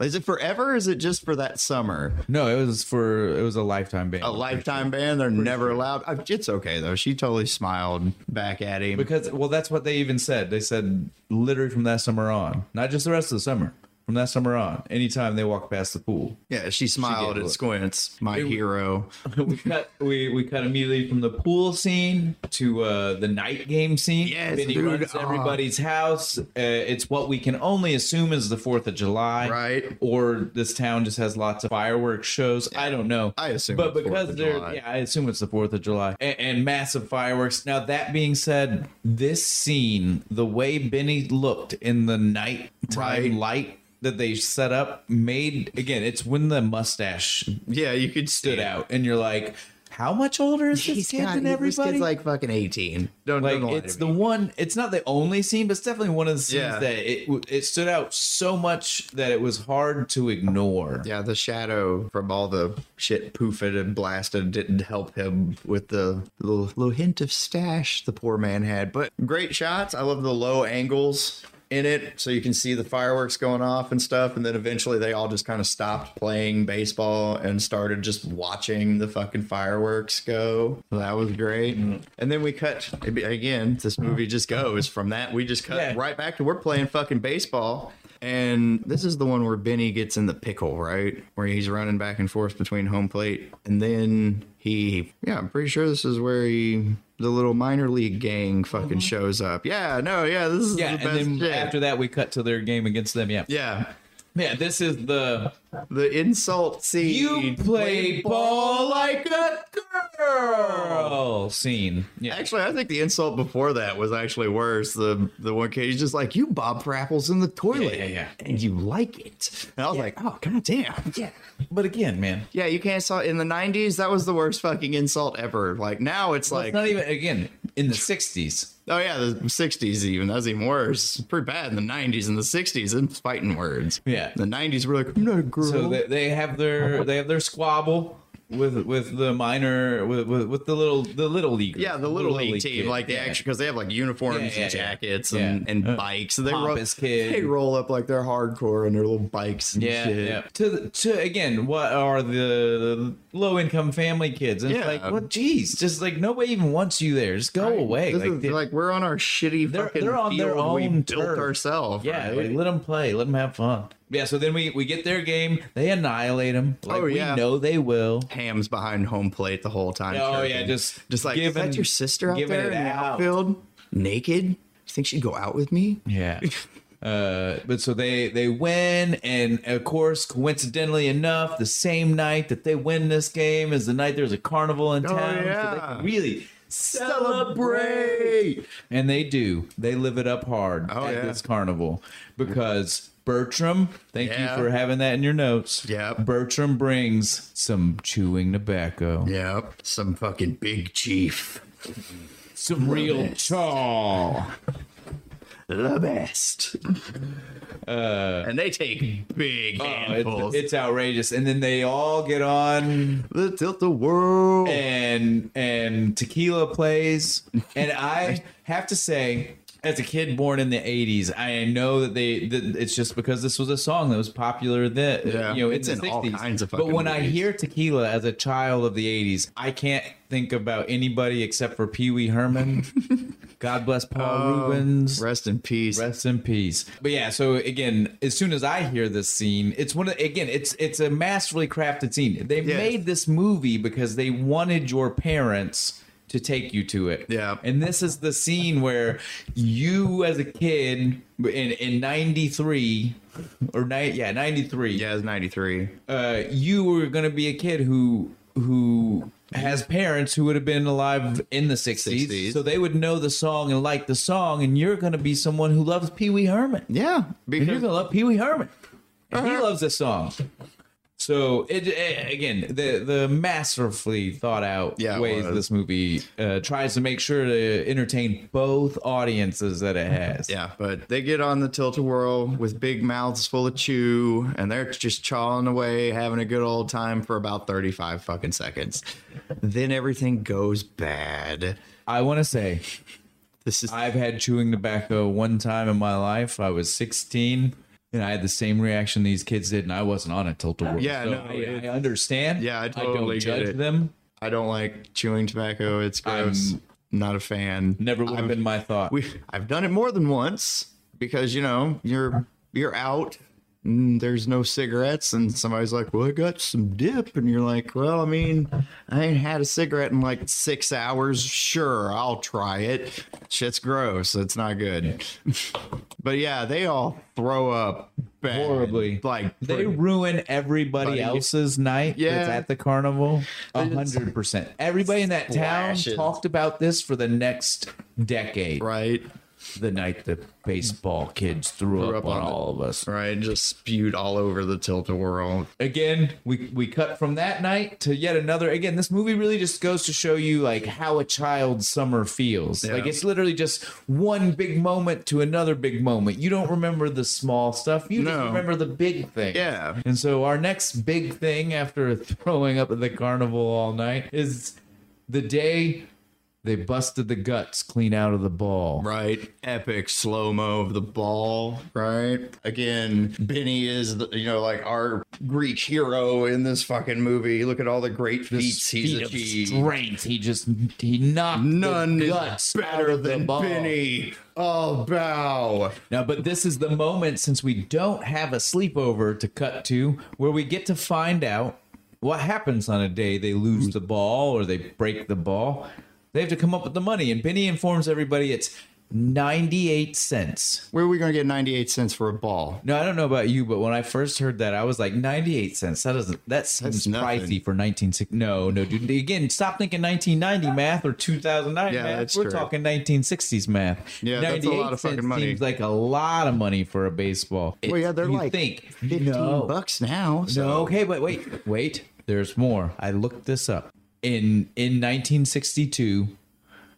B: Is it forever? Or is it just for that summer?
A: No, it was for it was a lifetime ban.
B: A lifetime ban. They're never allowed. I- It's okay though. She totally smiled back at him.
A: because well, that's what they even said. They said literally from that summer on, not just the rest of the summer. From that summer on, anytime they walk past the pool,
B: yeah, she smiled
A: did
B: at
A: look-
B: Squints, my hero.
A: we cut we, we cut immediately from the pool scene to uh, the night game scene.
B: Yes,
A: Vinny
B: dude,
A: runs to
B: ah.
A: everybody's house. Uh, it's what we can only assume is the Fourth of July,
B: Right.
A: Or this town just has lots of fireworks shows. I don't know.
B: I assume
A: but
B: it's 4th
A: because
B: of
A: they're
B: July.
A: yeah, I assume it's the Fourth of July and, and massive fireworks. Now that being said, this scene, the way Benny looked in the nighttime
B: Right.
A: light that they set up, made again. It's when the mustache
B: Yeah, you could see
A: stood
B: it.
A: out, and you're like, how much older is this
B: He's
A: kid
B: got-
A: than
B: This
A: everybody?
B: kid's like fucking eighteen. Don't,
A: Like,
B: don't lie to
A: it's
B: me.
A: the one. It's not the only scene, but it's definitely one of the scenes
B: Yeah.
A: that it w- it stood out so much that it was hard to ignore.
B: Yeah, the shadow from all the shit poofing and blasted didn't help him with the little, little hint of stash the poor man had. But great shots. I love the low angles in it so you can see the fireworks going off and stuff. And then eventually they all just kind of stopped playing baseball and started just watching the fucking fireworks go. So that was great. And then we cut again. This movie just goes from that. We just cut
A: Yeah.
B: right back to we're playing fucking baseball. And this is the one where Benny gets in the pickle, right? Where he's running back and forth between home plate. And then he, yeah, I'm pretty sure this is where he, the little minor league gang fucking shows up. Yeah, no, yeah, this is
A: Uh-huh. Yeah,
B: the best
A: and then
B: shit.
A: after that, we cut to their game against them. Yeah,
B: yeah,
A: yeah. This is the
B: the insult scene.
A: you play ball like a girl scene. Yeah,
B: Actually, I think the insult before that was actually worse. The the one kid, he's just like, "You bob for apples in the toilet,
A: Yeah, yeah, yeah.
B: and you like it." And I was like, "Oh, goddamn, yeah."
A: but again, man,
B: Yeah, you can't saw in the '90s. That was the worst fucking insult ever. Like now, it's
A: it's
B: like,
A: not even again in the '60s.
B: oh yeah, the '60s even. That's even worse. It's pretty bad in the '90s and the '60s. It's fighting words.
A: Yeah.
B: the '90s were like, "I'm not a girl."
A: So they, they have
B: Uh-huh.
A: their they have their squabble with with the minor with with, with the little the little league.
B: yeah, the little, league, team,
A: kid.
B: like they
A: Yeah.
B: actually because they have like uniforms
A: Yeah, yeah, yeah.
B: and jackets and,
A: Yeah.
B: and bikes. So they roll,
A: pompous kid.
B: they roll up like they're hardcore and their little bikes and
A: Yeah,
B: shit.
A: yeah. To the, to again, what are the low income family kids? And it's
B: Yeah.
A: like, well, geez, just like nobody even wants you there. Just go away.
B: This
A: Like,
B: is
A: they-
B: like we're on our shitty
A: They're-
B: fucking
A: they're on their
B: field we
A: own
B: built
A: turf.
B: ourselves.
A: yeah,
B: right?
A: like, let them play, let them have fun. Yeah. So then we we get their game. They annihilate them. Like
B: Oh, yeah.
A: we know they will.
B: hams behind home plate the whole time.
A: Oh, yeah,
B: chirping.
A: just
B: just like
A: giving-
B: is that your sister out
A: giving
B: there
A: it
B: in the
A: out."
B: outfield naked. You think she'd go out with me?
A: Yeah. Uh, but so they they win, and of course, coincidentally enough, the same night that they win this game is the night there's a carnival in town. so they
B: Oh, yeah.
A: can really celebrate. And they do. They live it up hard
B: Oh,
A: at
B: yeah.
A: this carnival because Bertram, thank
B: Yeah.
A: you for having that in your notes.
B: Yep.
A: Bertram brings some chewing tobacco,
B: Yep, some fucking big chief,
A: some real chaw.
B: the best.
A: Uh,
B: and they take big
A: It's,
B: handfuls.
A: it's outrageous. And then they all get on
B: the tilt the world.
A: Eh. and and tequila plays and i have to say as a kid born in the 80s i know that they that it's just because this was a song that was popular that
B: Yeah,
A: you know
B: it's
A: in the
B: in all
A: 60s
B: kinds of
A: but
B: fucking
A: when i
B: movies.
A: hear tequila as a child of the 80s i can't think about anybody except for pee-wee herman God bless Paul
B: Oh,
A: Rubens.
B: Rest in peace.
A: Rest in peace. But yeah, so again, as soon as I hear this scene, it's one of again, it's it's a masterfully crafted scene. They
B: Yeah.
A: made this movie because they wanted your parents to take you to it.
B: Yeah.
A: And this is the scene where you as a kid in in 93 or ni- yeah, 93
B: yeah, it's 93.
A: uh, you were going to be a kid who who has parents who would have been alive in the 60s,
B: 60s.
A: so they would know the song and like the song and you're going to be someone who loves Pee-wee Herman.
B: Yeah.
A: And you're
B: Because
A: going to love Pee-wee Herman. And
B: Uh-huh.
A: he loves this song. So it, eh, again, the the masterfully thought out
B: Yeah, it
A: ways
B: was.
A: this movie uh, tries to make sure to entertain both audiences that it has.
B: Yeah, but they get on the tilt a whirl with big mouths full of chew, and they're just chawing away, having a good old time for about 35 fucking seconds. then everything goes bad.
A: I want to say
B: This is
A: I've had chewing tobacco one time in my life. I was 16 and I had the same reaction these kids did, and I wasn't on a tilt a whirl.
B: Yeah, no,
A: I,
B: it-
A: I understand.
B: Yeah, I totally
A: don't
B: get
A: judge
B: it.
A: them.
B: I don't like chewing tobacco. It's gross.
A: I'm-
B: Not a fan.
A: Never would have
B: I've-
A: been my thought.
B: We I've done it more than once because you know you're you're out. And there's no cigarettes, and somebody's like, "Well, I got some dip," and you're like, "Well, I mean, I ain't had a cigarette in like six hours. Sure, I'll try it. Shit's gross. It's not good." but yeah, they all throw up bad.
A: Horribly.
B: Like
A: they ruin everybody
B: Buddy.
A: else's night that's
B: Yeah.
A: at the carnival. A
B: They just
A: 100%. Everybody in that town
B: splash it.
A: talked about this for the next decade.
B: right,
A: The night the baseball kids threw, up,
B: up
A: on,
B: on it.
A: all of us.
B: right, just spewed all over the tilt a whirl.
A: again we we cut from that night to yet another again this movie really just goes to show you like how a child's summer feels like it's literally just one big moment to another big moment you don't remember the small stuff you
B: No.
A: just remember the big thing
B: Yeah.
A: and so our next big thing after throwing up at the carnival all night is the day they busted the guts clean out of the ball
B: Right. Epic slow mo of the ball. Right. Again, Benny is, the, you know, like our Greek hero in this fucking movie. Look at all the great feats he's
A: Feat of
B: achieved.
A: strength. He just he knocked the
B: None is
A: guts out
B: better
A: of the
B: than
A: ball.
B: Benny. Oh, bow.
A: Now, but this is the moment since we don't have a sleepover to cut to where we get to find out what happens on a day they lose the ball or they break the ball. They have to come up with the money, and Benny informs everybody it's 98 cents.
B: Where are we going to get 98 cents for a ball?
A: Now, I don't know about you, but when I first heard that, I was like, 98 cents? That doesn't, that seems
B: nothing.
A: pricey for 1960. No, no, dude. Again, stop thinking 1990 math or 2009
B: Yeah,
A: math.
B: that's
A: We're
B: true.
A: talking 1960s math.
B: Yeah, that's a lot
A: 98
B: of fucking
A: cents
B: money.
A: Seems like a lot of money for a baseball.
B: Well, yeah, they're
A: you
B: like
A: think
B: 15
A: no,
B: bucks now. So.
A: No, okay, but wait, wait. There's more. I looked this up. In in 1962,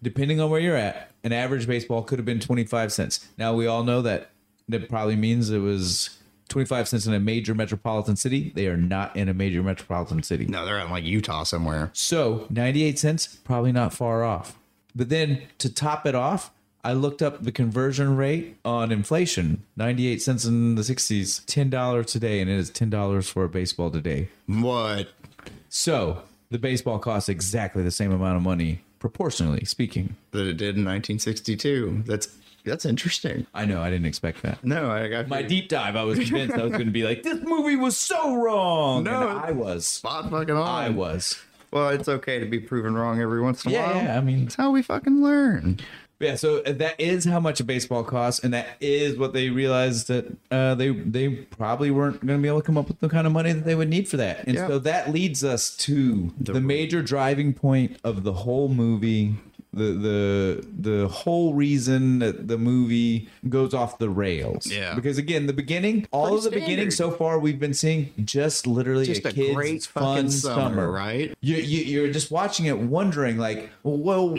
A: depending on where you're at, an average baseball could have been 25 cents. Now we all know that that probably means it was 25 cents in a major metropolitan city. They are not in a major metropolitan city.
B: No, they're in like Utah somewhere.
A: So 98 cents, probably not far off. But then to top it off, I looked up the conversion rate on inflation. 98 cents in the 60s, $10 today, and it is $10 for a baseball today.
B: What?
A: So the baseball costs exactly the same amount of money, proportionally speaking.
B: That it did in 1962. That's that's interesting.
A: I know, I didn't expect that.
B: No, I got
A: My deep dive, I was convinced I was going to be like, this movie was so wrong.
B: No,
A: and I was.
B: spot fucking on.
A: I was.
B: Well, it's okay to be proven wrong every once in a
A: Yeah,
B: while.
A: yeah. I mean,
B: That's how we fucking learn.
A: Yeah, so that is how much a baseball costs, and that is what they realized that uh, they they probably weren't going to be able to come up with the kind of money that they would need for that, and
B: Yeah.
A: so that leads us to the, major driving point of the whole movie, the the the whole reason that the movie goes off the rails.
B: Yeah.
A: because again, the beginning, all of the
B: Pretty
A: beginning so
B: standard.
A: far we've been seeing just literally
B: Just
A: a,
B: a
A: kid's
B: great
A: fun
B: fucking summer,
A: summer,
B: right?
A: you, you, you're just watching it wondering like well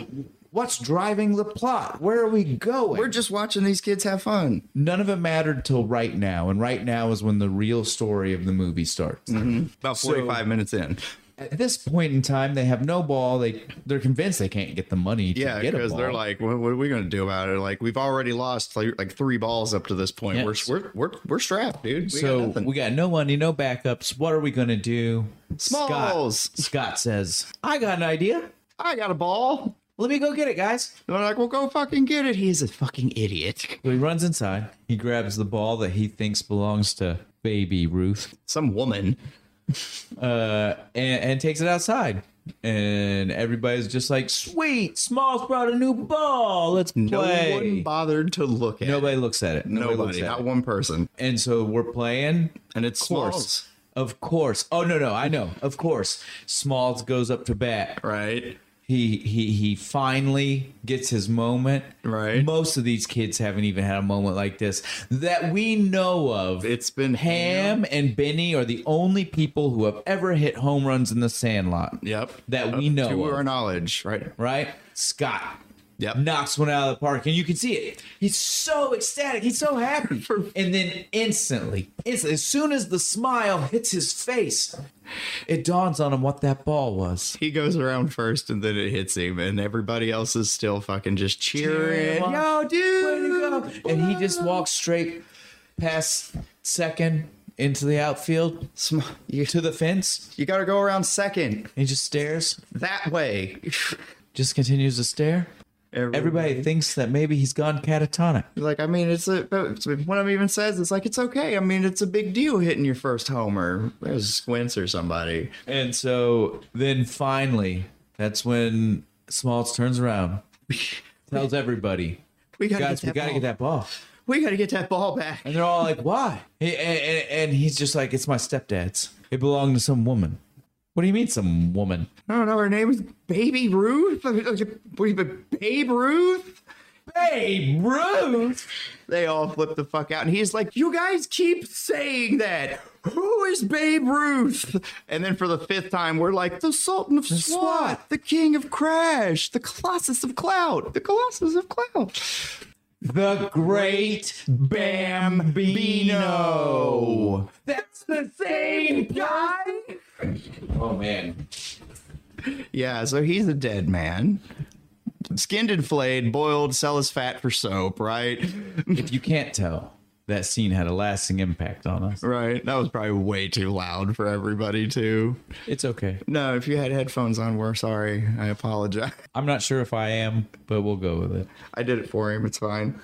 A: what's driving the plot where are we going
B: We're just watching these kids have fun.
A: none of it mattered till right now and right now is when the real story of the movie starts
B: About 45 minutes in.
A: at this point in time they have no ball they they're convinced they can't get the money to
B: Yeah,
A: get a
B: because they're
A: ball.
B: like, what, what are we going to do about it? Like, we've already lost like, like three balls up to this point. We're,
A: Yes.
B: we're, we're, we're strapped, dude. We
A: so
B: got nothing.
A: we got no money, no backups. What are we gonna do? Scott-
B: Smalls.
A: Scott says, "I got an idea.
B: I got a ball.
C: Let me go get it, guys.
B: They're like, well, go fucking get it. He is a fucking idiot.
A: So he runs inside. He grabs the ball that he thinks belongs to baby Ruth
B: Some woman.
A: uh, and, and takes it outside. And everybody's just like, sweet, Smalls brought a new ball. Let's
B: No one
A: play.
B: bothered to look at.
A: Nobody looks at it. Nobody. looks
B: Nobody.
A: at
B: Not
A: it.
B: one person.
A: And so we're playing.
B: And it's Smalls,
A: Of course. Oh no, no, I know. Of course. Smalls goes up to bat.
B: right?
A: He he he finally gets his moment.
B: Right.
A: Most of these kids haven't even had a moment like this that we know of.
B: It's been
A: Ham and Benny are the only people who have ever hit home runs in the Sandlot.
B: Yep.
A: That
B: Up
A: we know
B: To
A: of.
B: our knowledge, right?
A: Right? Scott
B: Yep.
A: knocks one out of the park, and you can see it. He's so ecstatic. He's so happy. and then instantly, instantly, as soon as the smile hits his face, it dawns on him what that ball was.
B: He goes around first and then it hits him, and everybody else is still fucking just cheering.
A: Cheering.
B: Yo,
A: Way to
B: dude.
A: go. And he just walks straight past second into the outfield
B: Sm- You,
A: to the fence.
B: you gotta go around second.
A: And he just stares,
B: That way.
A: just continues to stare. Everybody thinks that maybe he's gone catatonic.
B: Like, I mean, it's a. It's, one of them even says, it's like, it's okay. I mean, it's a big deal hitting your first homer. There's Squints or somebody.
A: And so then finally, that's when Smalls turns around, tells everybody,
B: We gotta
A: guys, we
B: get that
A: got to
B: ball.
A: get that ball.
B: We gotta get that ball back.
A: And they're all like, why? He- And, and, and he's just like, it's my stepdad's. It belonged to some woman. What do you mean, some woman?
B: I don't know. Her name is Baby Ruth. Babe Ruth.
A: Babe Ruth.
B: They all flip the fuck out, and he's like, "You guys keep saying that. Who is Babe Ruth?" And then for the fifth time, we're like, "The Sultan of SWAT,
A: SWAT.
B: the King of Crash, the Colossus of Cloud, the Colossus of Cloud."
A: The Great Bambino. That's the same guy. Oh, man.
B: Yeah, so he's a dead man, skinned and flayed, boiled, sell his fat for soap. Right,
A: If you can't tell, that scene had a lasting impact on us.
B: right. That was probably way too loud for everybody too.
A: It's okay.
B: No, if you had headphones on, we're sorry. I apologize.
A: I'm not sure if I am, but we'll go with it.
B: I did it for him. It's fine.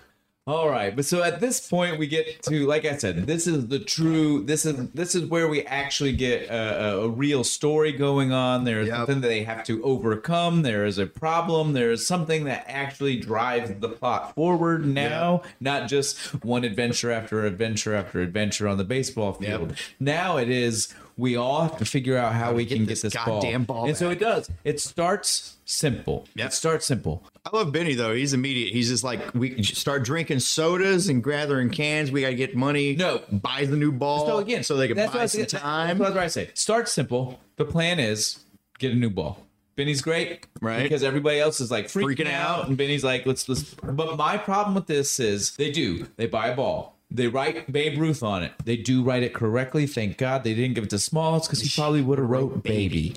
A: All right, but so at this point we get to, like I said, this is the true. This is this is where we actually get a, a, a real story going on. There is
B: Yep.
A: something that they have to overcome. There is a problem. There is something that actually drives the plot forward. Now, not just one adventure after adventure after adventure on the baseball field. Now it is we all have to figure out how we can
B: this
A: get this
B: goddamn ball
A: and so
B: back.
A: it does. It starts simple.
B: Yep.
A: It starts simple.
B: I love Benny though. He's immediate. He's just like we start drinking sodas and gathering cans. We gotta get money.
A: No.
B: buy the new ball.
A: So again,
B: so they can
A: that's what I
B: buy
A: was-
B: some
A: that-
B: time.
A: That's what I say. Start simple. The plan is get a new ball. Benny's great,
B: Right.
A: Because everybody else is like freaking,
B: Freaking
A: out.
B: out.
A: and Benny's like, let's let's. But my problem with this is they do. They buy a ball. They write Babe Ruth on it. They do write it correctly. Thank God they didn't give it to Smalls because he probably would have wrote baby.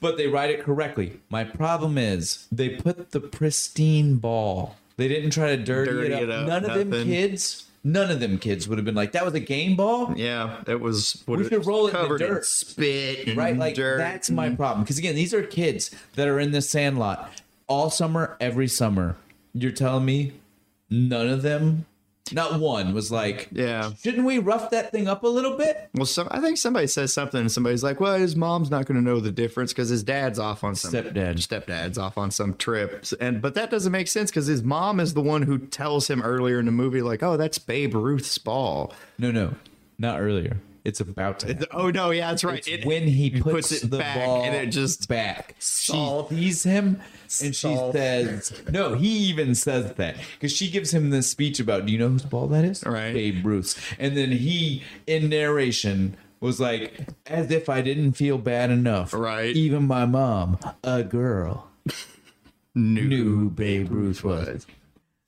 A: But they write it correctly. My problem is they put the pristine ball. They didn't try to dirty,
B: Dirty
A: it,
B: it
A: up.
B: up,
A: None of them
B: nothing.
A: kids. None of them kids would have been like that was a game ball.
B: yeah, it was. What
A: We should roll it in the
B: covered
A: dirt.
B: spit, and
A: right? Like
B: Mm-hmm. dirt.
A: that's my problem. Because again, these are kids that are in the sandlot all summer, every summer. You're telling me none of them, not one, was like,
B: Yeah.
A: shouldn't we rough that thing up a little bit?
B: Well, some, I think somebody says something, and somebody's like, "Well, his mom's not going to know the difference because his dad's off on some
A: Stepdad.
B: Stepdad's off on some trips, and but that doesn't make sense because his mom is the one who tells him earlier in the movie, like, "Oh, that's Babe Ruth's ball."
A: No, no, not earlier. It's about to. happen.
B: Oh no, yeah, that's right. It-
A: when he puts,
B: puts it
A: the
B: back,
A: ball
B: and it just-
A: back, she
B: Solved.
A: sees him, and
B: Solved.
A: she says, "No." He even says that because she gives him this speech about, "Do you know whose ball that is?"
B: Right.
A: Babe Ruth's. And then he, in narration, was like, "As if I didn't feel bad enough."
B: Right.
A: Even my mom, a girl,
B: Knew.
A: knew who Babe Ruth was.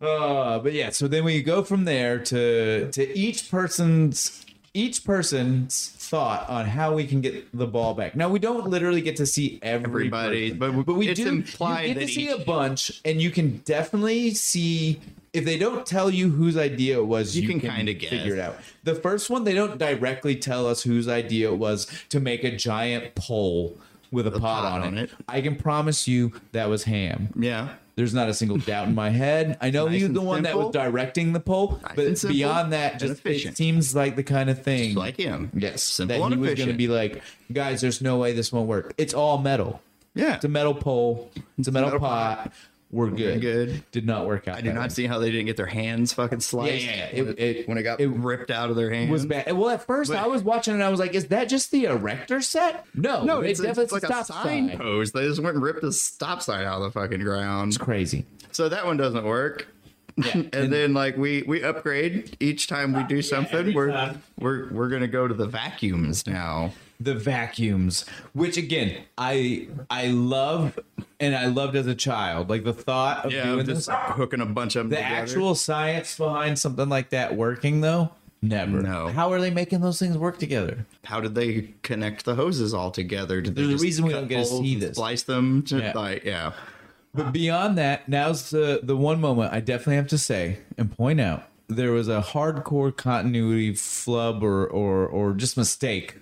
A: Uh, but yeah, so then we go from there to to each person's each person's thought on how we can get the ball back. Now we don't literally get to see everybody,
B: Everybody, but we-
A: but we
B: it's
A: do
B: implied
A: you get
B: that
A: to see
B: each-
A: a bunch, and you can definitely see if they don't tell you whose idea it was. You,
B: can kinda guess.
A: figure it out. The first one, they don't directly tell us whose idea it was to make a giant pole with a pot,
B: pot
A: on,
B: on
A: it.
B: it.
A: I can promise you that was ham.
B: Yeah.
A: There's not a single doubt in my head. I know
B: Nice
A: you're
B: and
A: the one that was
B: simple.
A: directing the poll,
B: and
A: but
B: simple
A: beyond that,
B: and
A: just it
B: efficient.
A: seems like the kind of thing
B: Like him.
A: Yes,
B: Simple
A: that
B: and
A: he was going to
B: efficient.
A: be like, guys, there's no way this won't work. It's all metal.
B: yeah.
A: It's a metal pole. It's a metal,
B: metal
A: pot. We're good.
B: good.
A: Did not work out.
B: I do not see how they didn't get their hands fucking sliced.
A: Yeah, yeah, yeah. It-
B: when
A: it-
B: when it got
A: it
B: ripped out of their hands.
A: was bad. Well, at first I was watching and I was like, "Is that just the erector set?" No,
B: No,
A: it
B: it's, it's,
A: definitely
B: like a
A: stop sign.
B: sign post. They just went and ripped the stop sign out of the fucking ground.
A: It's crazy.
B: So that one doesn't work. and,
A: and-
B: then like we we upgrade each time we do something.
C: every
B: we're
C: time.
B: we're we're gonna go to the vacuums now.
A: the vacuums which again i i love and i loved as a child like the thought of
B: Yeah,
A: doing
B: just
A: this
B: hooking a bunch of them
A: the
B: together.
A: actual science behind something like that working though never
B: No.
A: how are they making those things work together
B: How did they connect the hoses all together? Did they
A: There's a
B: just
A: reason we
B: cut
A: don't get to
B: holes
A: see
B: and
A: this.
B: Splice them. To,
A: Yeah.
B: Like yeah,
A: but beyond that now's the the one moment i definitely have to say and point out there was a hardcore continuity flub or or or just mistake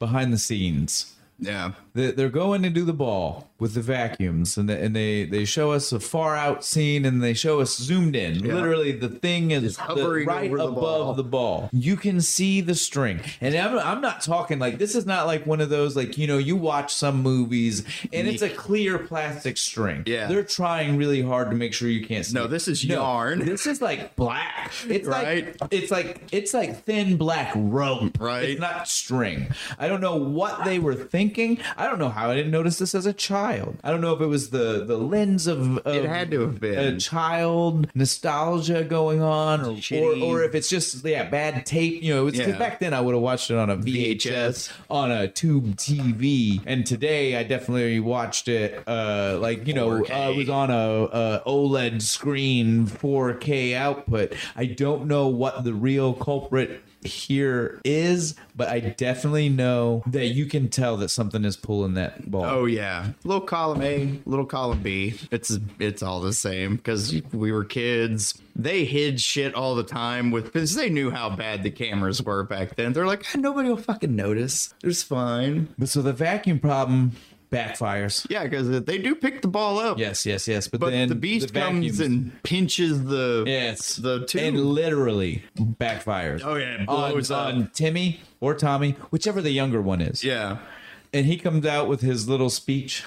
A: behind the scenes
B: yeah.
A: They- they're going to do the ball with the vacuums and, the, and they they show us a far out scene and they show us zoomed in literally the thing is
B: hovering
A: the- right
B: over the
A: above
B: ball.
A: the ball you can see the string and I'm, I'm not talking like this is not like one of those like you know you watch some movies and it's a clear plastic string
B: Yeah.
A: they're trying really hard to make sure you can't see
B: No,
A: it.
B: this is yarn.
A: this is like black it's
B: Right?
A: like it's like it's like thin black rope
B: Right.
A: it's not string. I don't know what they were thinking. I don't know how I didn't notice this as a child. I don't know if it was the the lens of, of
B: It had to have
A: a
B: been.
A: child nostalgia going on, or, or
B: Shitty.
A: or if it's just yeah bad tape. You know, it's 'cause
B: Yeah.
A: back then I would have watched it on a VHS,
B: VHS.
A: on a tube TV, and today I definitely watched it uh like you know uh, it
B: 4K.
A: was on a, a OLED screen 4K output. I don't know what the real culprit here is, but I definitely know that you can tell that something is pulling that ball.
B: Oh yeah, little column A, little column B. It's it's all the same because we were kids. They hid shit all the time with because they knew how bad the cameras were back then. They're like, "Ah, nobody will fucking notice. It's fine.
A: But so the vacuum problem backfires.
B: Yeah, because they do pick the ball up.
A: Yes, yes, yes. But,
B: but
A: then
B: the beast
A: vacuums-
B: comes and pinches the
A: yes,
B: the tube.
A: and literally backfires.
B: Oh, yeah, it
A: on,
B: blows up.
A: on Timmy or Tommy, whichever the younger one is.
B: yeah,
A: and he comes out with his little speech.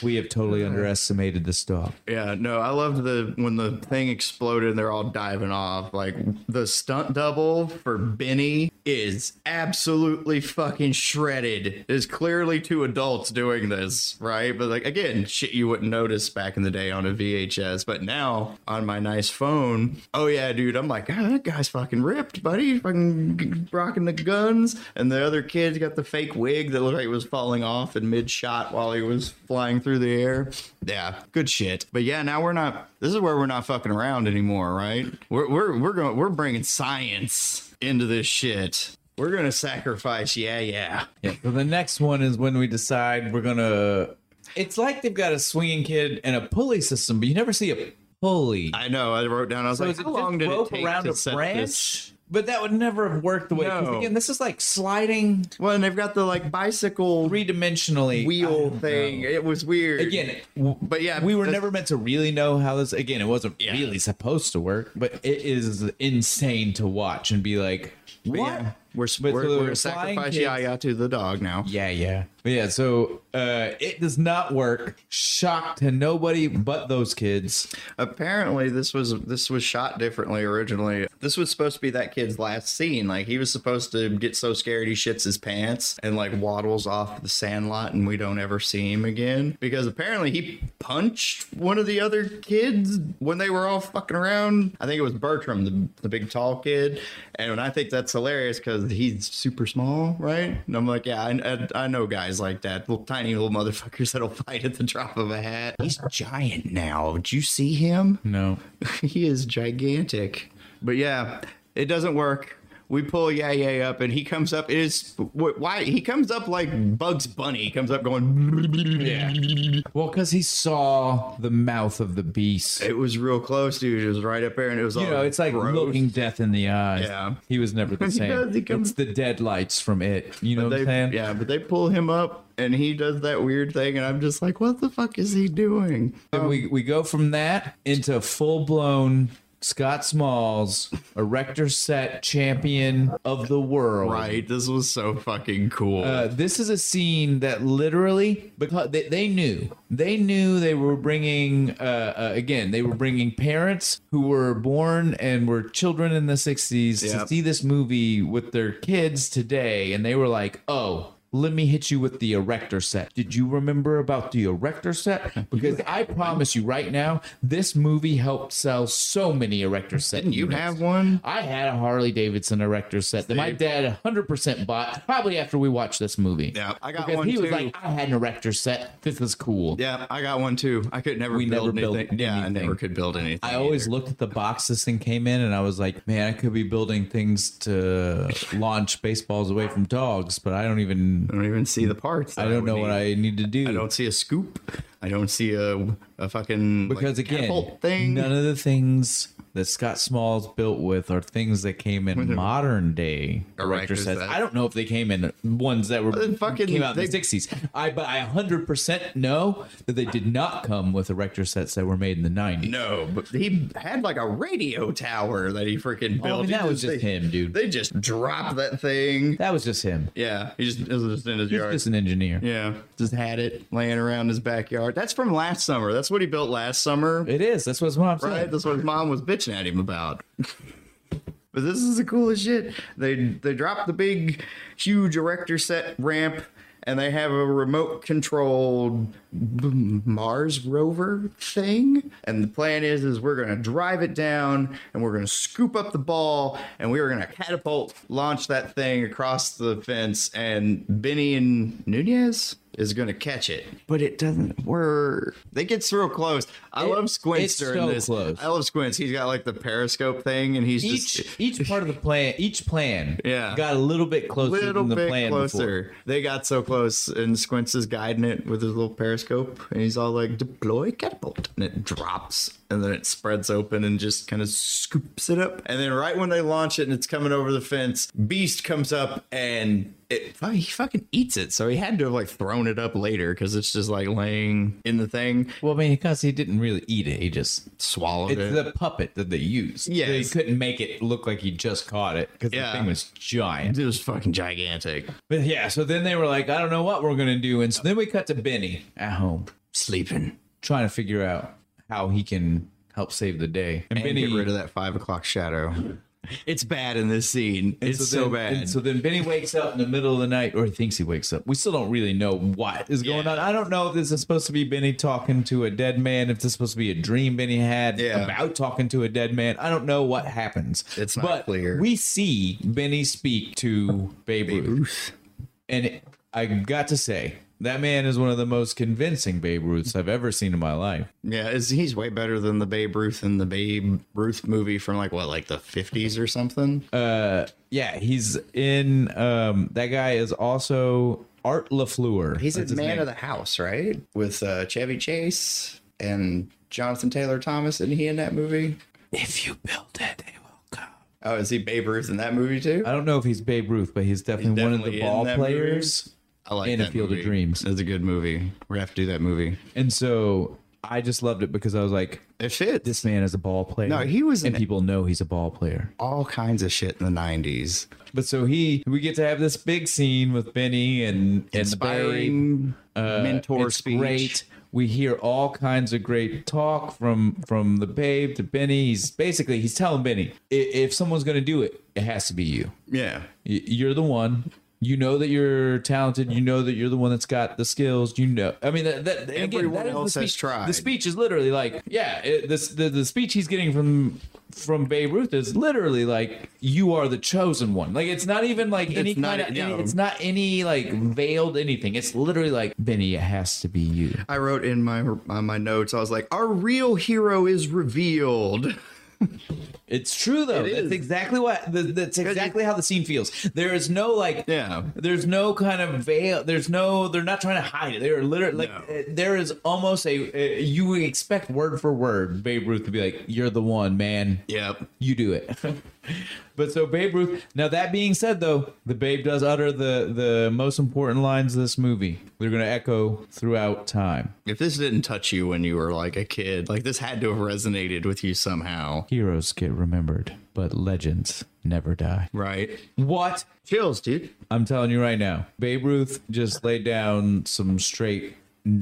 A: we have totally underestimated this dog.
B: yeah. No, I loved the when the thing exploded and they're all diving off. Like the stunt double for Benny is absolutely fucking shredded. There's clearly two adults doing this, right? But like again, shit you wouldn't notice back in the day on a VHS, but now on my nice phone, oh yeah, dude, I'm like, ah, that guy's fucking ripped, buddy. He's fucking g- rocking the guns, and the other kid's got the fake wig that looked like it was falling off in mid shot while he was flying through the air. Yeah, good shit. But yeah, now we're not. This is where we're not fucking around anymore, right? We're we're we're going. We're bringing science into this shit. We're gonna sacrifice. Yeah, yeah.
A: Yeah. So the next one is when we decide we're gonna. It's like they've got a swinging kid and a pulley system, but you never see a pulley.
B: I know. I wrote down. I was
A: So
B: like,
A: is it
B: how long
A: just
B: did it
A: rope
B: take
A: around
B: to
A: a
B: set
A: branch?
B: this?
A: But that would never have worked the way. 'cause
B: No.
A: Again, this is like sliding
B: Well, and they've got the like bicycle
A: three dimensionally
B: wheel thing. It was weird.
A: Again, w-
B: but yeah,
A: we were
B: that's-
A: never meant to really know how this. Again, it wasn't
B: Yeah.
A: really supposed to work, but it is insane to watch and be like, what?
B: But yeah, we're
A: But so
B: we're,
A: the
B: we're,
A: flying
B: sacrificing
A: kids-
B: Yaya to the dog now.
A: Yeah, yeah. But yeah, so uh, it does not work. Shock to nobody but those kids.
B: Apparently, this was this was shot differently originally. This was supposed to be that kid's last scene. Like he was supposed to get so scared he shits his pants and like waddles off the sandlot, and we don't ever see him again because apparently he punched one of the other kids when they were all fucking around. I think it was Bertram, the, the big tall kid, and I think that's hilarious because he's super small, right? And I'm like, yeah, I, I, I know guys like that, little tiny little motherfuckers that'll fight at the drop of a hat. He's giant now. Do you see him?
A: No.
B: he is gigantic. But yeah, it doesn't work. We pull Yay Yay up, and he comes up. It is wh- why he comes up like Bugs Bunny. He comes up going.
A: Well, because he saw the mouth of the beast.
B: It was real close, dude. It was right up there, and it was all
A: You know, it's like
B: gross.
A: looking death in the eyes.
B: Yeah.
A: He was never the
B: He
A: same.
B: does, he comes-
A: It's the deadlights from it. You know what I'm
B: They,
A: saying?
B: yeah, but they pull him up, and he does that weird thing, and I'm just like, what the fuck is he doing?
A: And we, we go from that into full blown Scott Smalls, Erector Set champion of the world.
B: Right, this was so fucking cool.
A: Uh, this is a scene that literally because they, they knew they knew they were bringing uh, uh, again they were bringing parents who were born and were children in the 60s to
B: Yep.
A: see this movie with their kids today and they were like oh let me hit you with the erector set. Did you remember about the erector set? Because I promise you right now, this movie helped sell so many erector set.
B: Didn't you
A: units.
B: have one?
A: I had a Harley Davidson erector set that my dad 100% bought probably after we watched this movie.
B: Yeah, I got
A: because
B: one
A: he was
B: too.
A: like, I had an erector set. This is cool.
B: Yeah, I got one too. I could never
A: We
B: build
A: never built
B: anything. yeah,
A: anything.
B: I never could build anything.
A: I always looked at the box this thing came in and I was like, man, I could be building things to launch baseballs away from dogs, but I don't even,
B: I don't even see the parts. that
A: I don't
B: would
A: know
B: need.
A: what I need to do.
B: I don't see a scoop. I don't see a a fucking like,
A: because again,
B: catapult thing.
A: none of the things that Scott Smalls built with are things that came in modern day erector
B: Erector
A: sets.
B: sets.
A: I don't know if they came in ones that were
B: then fucking-
A: came out in
B: they-
A: the sixties. I but I hundred percent know that they did not come with erector sets that were made in the nineties.
B: no, but he had like a radio tower that he freaking built.
A: Oh, I mean,
B: He
A: that was just
B: they,
A: him, dude.
B: They just dropped that thing.
A: That was just him.
B: Yeah, he just it was just in his
A: He's
B: yard.
A: just an engineer.
B: yeah, just had it laying around his backyard. That's from last summer. That's what he built last summer.
A: It is. That's what's mom
B: Right?
A: said.
B: That's what his mom was bitching at him about. but this is the coolest shit. They they drop the big, huge erector set ramp, and they have a remote controlled Mars rover thing. And the plan is is we're gonna drive it down, and we're gonna scoop up the ball, and we are gonna catapult launch that thing across the fence. And Benny and Nunez. Is gonna catch it, but it doesn't work. They gets real close. I
A: It-
B: love Squints
A: it's
B: during
A: so
B: this.
A: close.
B: I love Squints. He's got like the periscope thing, and he's
A: Each
B: just
A: each part of the plan, each plan,
B: Yeah.
A: got a little bit
B: a
A: closer
B: little
A: than the
B: bit
A: plan before.
B: closer. They got so close, and Squints is guiding it with his little periscope, and he's all like, "Deploy catapult," and it drops, and then it spreads open and just kind of scoops it up, and then right when they launch it and it's coming over the fence, Beast comes up and. It, he fucking eats it, so he had to have like thrown it up later because it's just like laying in the thing,
A: Well, I mean, because he didn't really eat it, he just
B: swallowed
A: It's
B: it.
A: the puppet that they used. They
B: Yes.
A: couldn't make it look like he just caught it because the
B: Yeah.
A: thing was giant.
B: it was fucking gigantic.
A: But yeah, so then they were like, I don't know what we're going to do. And so then we cut to Benny at home
B: Sleeping.
A: trying to figure out how he can help save the day. And,
B: and get rid of that five o'clock shadow. It's bad in this scene. It's so,
A: then-
B: bad.
A: and so then Benny wakes up in the middle of the night, or he thinks he wakes up. We still don't really know what is going
B: Yeah.
A: on. I don't know if this is supposed to be Benny talking to a dead man, if this is supposed to be a dream Benny had
B: Yeah.
A: about talking to a dead man. I don't know what happens.
B: It's not
A: but
B: clear.
A: We see Benny speak to Babe Ruth, and it- I got to say. That man is one of the most convincing Babe Ruths I've ever seen in my life.
B: yeah, it's, he's way better than the Babe Ruth in the Babe Ruth movie from like what, like the fifties or something.
A: Uh, Yeah, he's in. Um, that guy is also Art Lafleur.
B: he's a
A: That's his
B: man
A: name.
B: of the house, right? With uh, Chevy Chase and Jonathan Taylor Thomas. Isn't he in that movie?
A: If you build it, they will come.
B: Oh, is he Babe Ruth in that movie too?
A: I don't know if he's Babe Ruth, but he's definitely,
B: definitely in
A: one of the
B: that
A: ball players.
B: I like
A: In a Field of
B: movie.
A: Dreams.
B: That's a good movie. We're gonna have to do that movie.
A: And so I just loved it because I was like,
B: It fits.
A: this man is a ball player.
B: No, he was
A: and
B: an-
A: people know he's a ball player.
B: all kinds of shit in the nineties.
A: But so he, we get to have this big scene with Benny and and the babe. uh,
B: Inspiring mentor
A: it's
B: speech.
A: great. We hear all kinds of great talk from from the babe to Benny. He's basically he's telling Benny, "I- if someone's going to do it, it has to be you.
B: Yeah.
A: Y- you're the one you know that you're talented you know that you're the one that's got the skills you know i mean that, that again,
B: Everyone
A: that is the
B: else has
A: speech.
B: tried.
A: the speech is literally like yeah it, this the, the speech he's getting from from babe ruth is literally like you are the chosen one like it's not even like any
B: not- e-,
A: kind of
B: no.
A: it's not any like veiled anything it's literally like benny it has to be you
B: I wrote in my on my notes. I was like, "Our real hero is revealed."
A: It's true though.
B: It
A: that's
B: is.
A: exactly what. th- That's exactly how the scene feels. There is no like.
B: Yeah.
A: There's no kind of veil. There's no. They're not trying to hide it. They are literally like.
B: No.
A: uh, There is almost a. Uh, you would expect word for word Babe Ruth to be like, "You're the one, man.
B: Yep.
A: You do it." but so Babe Ruth. Now that being said, though, the Babe does utter the the most important lines of this movie. They're going to echo throughout time.
B: If this didn't touch you when you were like a kid, like this had to have resonated with you somehow,
A: Heroes get remembered, but legends never die.
B: right?
A: What?
B: Chills, dude.
A: I'm telling you right now, Babe Ruth just laid down some straight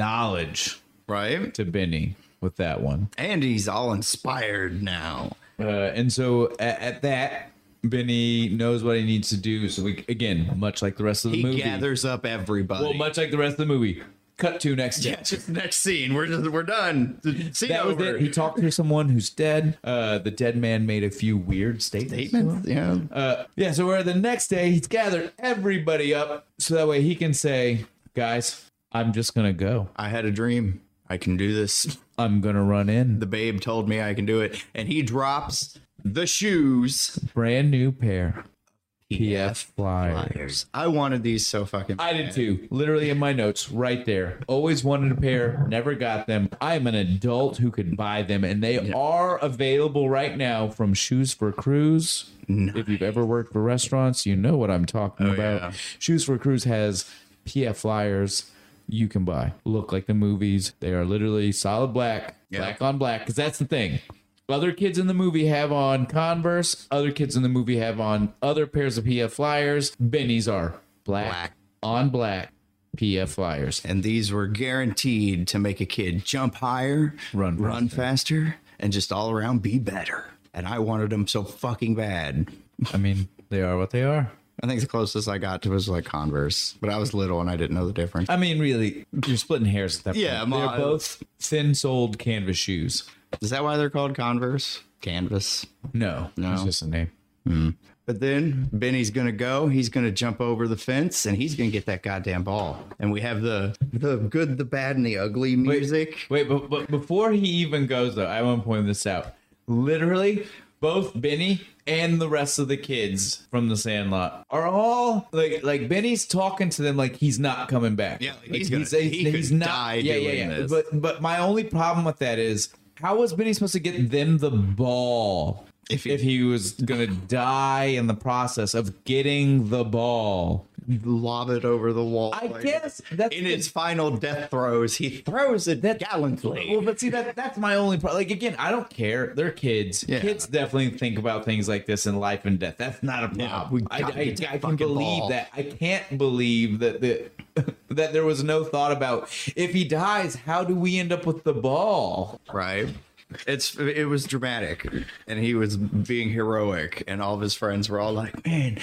A: knowledge
B: Right?
A: to Benny with that one.
B: And he's all inspired now.
A: Uh, and so at, at that, Benny knows what he needs to do. So we, again, much like the rest of the
B: He
A: movie,
B: gathers up everybody.
A: well, much like the rest of the movie, cut to next.
B: yeah, just next scene. We're just, we're done. Scene
A: That was
B: over.
A: it. He talked to someone who's dead. Uh, the dead man made a few weird statements.
B: Statement, Yeah.
A: Uh, yeah, so where the next day he's gathered everybody up so that way he can say, guys, I'm just gonna go.
B: I had a dream. I can do this.
A: I'm gonna run in
B: The babe told me I can do it. And he drops the shoes.
A: brand new pair. PF Flyers.
B: I wanted these so fucking
A: I did too. Literally in my notes, right there. Always wanted a pair, never got them. I am an adult who could buy them, and they are available right now from Shoes for Cruise. If you've ever worked for restaurants, you know what I'm talking about.
B: yeah.
A: Shoes for Cruise has PF flyers you can buy. Look like the movies. They are literally solid black, black on black, because that's the thing. Other kids in the movie have on Converse. Other kids in the movie have on other pairs of PF flyers. Benny's are black,
B: Black.
A: on black PF flyers.
B: and these were guaranteed to make a kid jump higher,
A: Run
B: run faster, and just all around be better. And I wanted them so fucking bad.
A: I mean, they are what they are.
B: I think the closest I got to was like Converse, but I was little and I didn't know the difference.
A: I mean, really, you're splitting hairs at that point.
B: Yeah,
A: they're
B: I'm all-
A: both thin-soled canvas shoes.
B: Is that why they're called Converse? Canvas.
A: No, no, it's just a name.
B: But then Benny's gonna go. He's gonna jump over the fence, and he's gonna get that goddamn ball. And we have the the good, the bad, and the ugly music.
A: Wait, but, but before he even goes, though, I want to point this out. Literally, both Benny and the rest of the kids from the Sandlot are all like, like Benny's talking to them like he's not coming back.
B: Yeah, like,
A: Like,
B: he's gonna- he could die doing this.
A: But but my only problem with that is how was Benny supposed to get them the ball? If
B: If he-
A: he, if he was gonna die in the process of getting the ball,
B: lob it over the wall.
A: I guess that's
B: in
A: the-
B: his final death throws, he throws it gallantly.
A: Well, but see that that's my only problem. Like again, I don't care. They're kids.
B: Yeah.
A: Kids definitely think about things like this in life and death. That's not a problem.
B: we
A: I,
B: gotta
A: I-
B: get that
A: I can
B: fucking
A: believe
B: ball.
A: that. I can't believe that that that there was no thought about if he dies, how do we end up with the ball?
B: right? It's it was dramatic, and he was being heroic, and all of his friends were all like, "Man,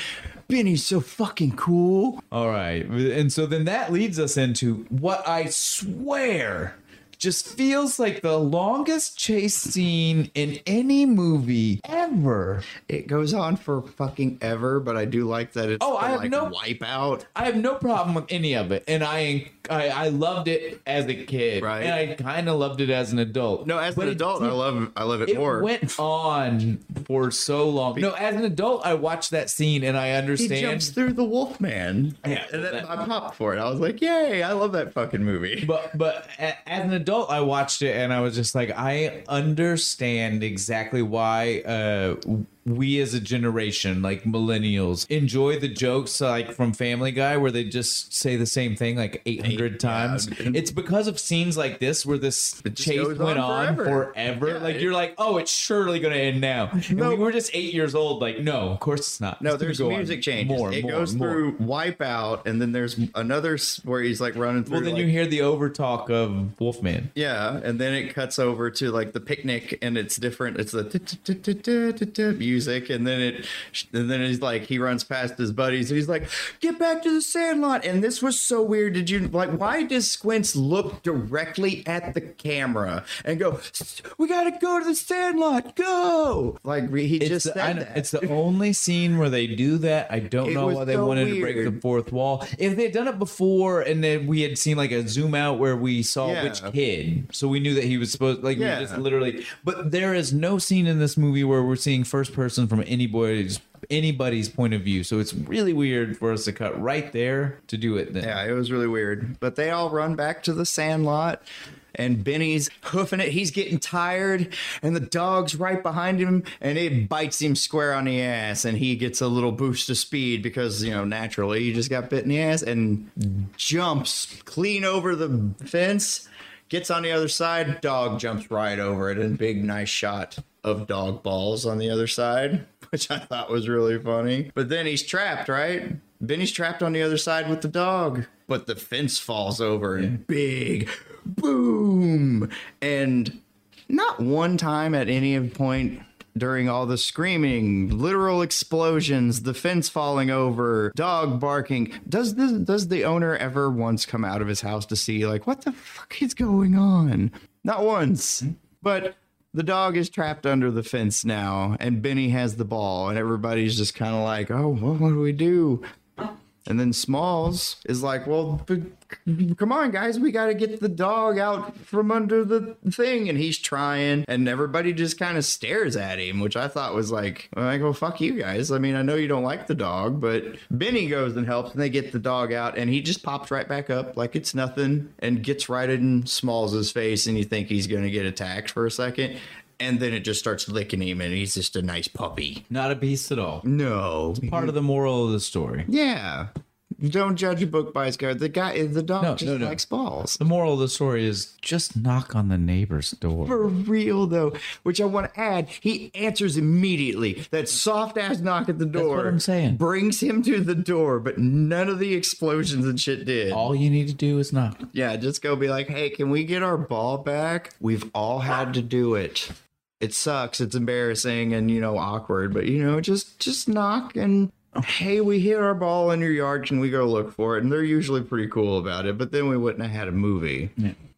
B: Benny's so fucking cool."
A: All right. And so then that leads us into what I swear just feels like the longest chase scene in any movie ever.
B: It goes on for fucking ever, but I do like that it's
A: Oh,
B: the,
A: I have
B: like
A: no-
B: wipeout.
A: I have no problem with any of it, and I I, I loved it as a kid,
B: Right.
A: and I kind of loved it as an adult.
B: No, as
A: But
B: an
A: it
B: adult,
A: did-
B: I love I love it,
A: it
B: more.
A: went on for so long. No, as an adult, I watched that scene and I
B: he
A: understand.
B: jumps through the Wolfman,
A: Yeah,
B: and then
A: that-
B: I popped for it. I was like, "Yay! I love that fucking movie."
A: but but a- as an adult i watched it and i was just like i understand exactly why uh we as a generation like millennials enjoy the jokes like from family guy where they just say the same thing like 800 times it's because of scenes like this where this
B: just
A: chase
B: goes
A: went
B: on
A: on
B: forever.
A: forever,
B: Yeah,
A: like
B: it-
A: you're like oh it's surely gonna end now And we were just eight years old like no of course it's not
B: No,
A: It's gonna
B: there's
A: go on
B: music changes.
A: more,
B: it
A: more,
B: goes
A: more.
B: through Wipeout, and then there's another s- where he's like running through.
A: well then
B: like-
A: you hear the overtalk of wolfman
B: yeah, and then it cuts over to like the picnic, and it's different. It's the music, and then it, and then he's like, he runs past his buddies, and he's like, "Get back to the Sandlot!" And this was so weird. Did you like? Why does Squints look directly at the camera and go, "We gotta go to the Sandlot, go!" Like he
A: It's
B: just
A: the, I
B: said
A: know-
B: that.
A: it's the only scene where they do that. I don't
B: It
A: know
B: was
A: why they
B: so
A: wanted to break the
B: weird.
A: fourth wall. If they had done it before, and then we had seen like a zoom out where we saw
B: Yeah.
A: which kid, so we knew that he was supposed like we
B: Yeah.
A: just literally. But there is no scene in this movie where we're seeing first person from anybody's anybody's point of view. So it's really weird for us to cut right there to do it. Then
B: Yeah, it was really weird. But they all run back to the sandlot and Benny's hoofing it. He's getting tired and the dog's right behind him and it bites him square on the ass and he gets a little boost of speed because, you know, naturally you just got bit in the ass and jumps clean over the fence, gets on the other side, dog jumps right over it and big nice shot of dog balls on the other side, which I thought was really funny. But then he's trapped, right? Benny's trapped on the other side with the dog, but the fence falls over and big boom. And not one time at any point during all the screaming, literal explosions, the fence falling over, dog barking. Does this, does the owner ever once come out of his house to see like what the fuck is going on? Not once. But the dog is trapped under the fence now, and Benny has the ball, and everybody's just kind of like, "Oh, well, what do we do?" And then Smalls is like, "Well, but come on, guys, we got to get the dog out from under the thing." And he's trying, and everybody just kind of stares at him, which I thought was like, "Well, I go fuck you guys." I mean, I know you don't like the dog, but Benny goes and helps, and they get the dog out, and he just pops right back up like it's nothing, and gets right in Smalls' face, and you think he's gonna get attacked for a second, and then it just starts licking him, and he's just a nice puppy.
A: not a beast at all.
B: No,
A: Part of the moral of the story.
B: yeah. Don't judge a book by its cover. The guy, the dog
A: No,
B: just
A: no, no.
B: likes balls.
A: The moral of the story is just knock on the neighbor's door.
B: For real though, which I want to add, he answers immediately. That soft ass knock at the door.
A: what I'm saying.
B: Brings him to the door, but none of the explosions and shit did.
A: All you need to do is knock.
B: Yeah, just go be like, hey, can we get our ball back? We've all had to do it. It sucks. It's embarrassing and you know awkward, but you know just just knock and hey, we hit our ball in your yard. Can we go look for it? And they're usually pretty cool about it. But then we wouldn't have had a movie.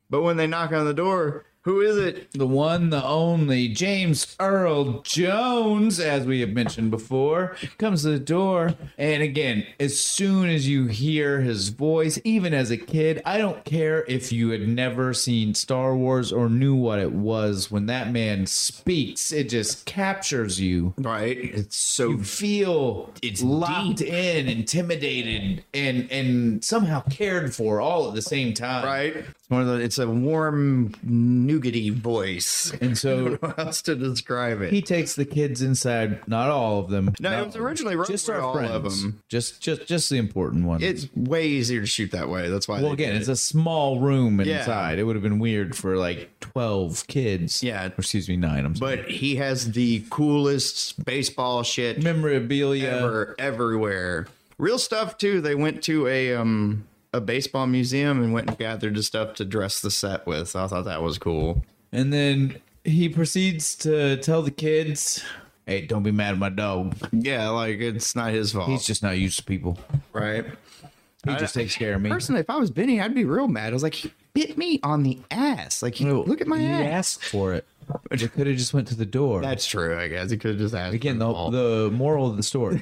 B: But when they knock on the door, who is it?
A: The one, the only James Earl Jones, as we have mentioned before, comes to the door. And again, as soon as you hear his voice, even as a kid, I don't care if you had never seen Star Wars or knew what it was. When that man speaks, it just captures you.
B: Right? It's so
A: You feel
B: It's
A: locked in, intimidated, and and somehow cared for all at the same time.
B: right. It's one of the. It's a warm nougaty voice.
A: And so
B: What else to describe it?
A: he takes the kids inside. Not all of them.
B: No, it
A: Not-
B: was originally wrote
A: just
B: for
A: our
B: all
A: friends.
B: of them.
A: Just, just, just the important ones.
B: It's way easier to shoot that way. That's why.
A: well,
B: they did
A: again,
B: it.
A: it's a small room
B: Yeah.
A: inside. It would have been weird for like twelve kids.
B: Yeah.
A: Or excuse me, nine. I'm sorry.
B: but he has the coolest baseball shit
A: memorabilia.
B: ever everywhere. Real stuff too. They went to a um a baseball museum and went and gathered the stuff to dress the set with. I thought that was cool.
A: And then he proceeds to tell the kids, "Hey, don't be mad at my dog.
B: Yeah, like it's not his fault,
A: He's just not used to people.
B: right?
A: He just takes care of me."
B: Personally, if I was Benny, I'd be real mad. I was like, he bit me on the ass. Like, he,
A: No,
B: look at my
A: he
B: ass.
A: asked for it. They could have just went to the door.
B: That's true. I guess he could have just asked.
A: Again,
B: for
A: the,
B: it all.
A: the moral of the story: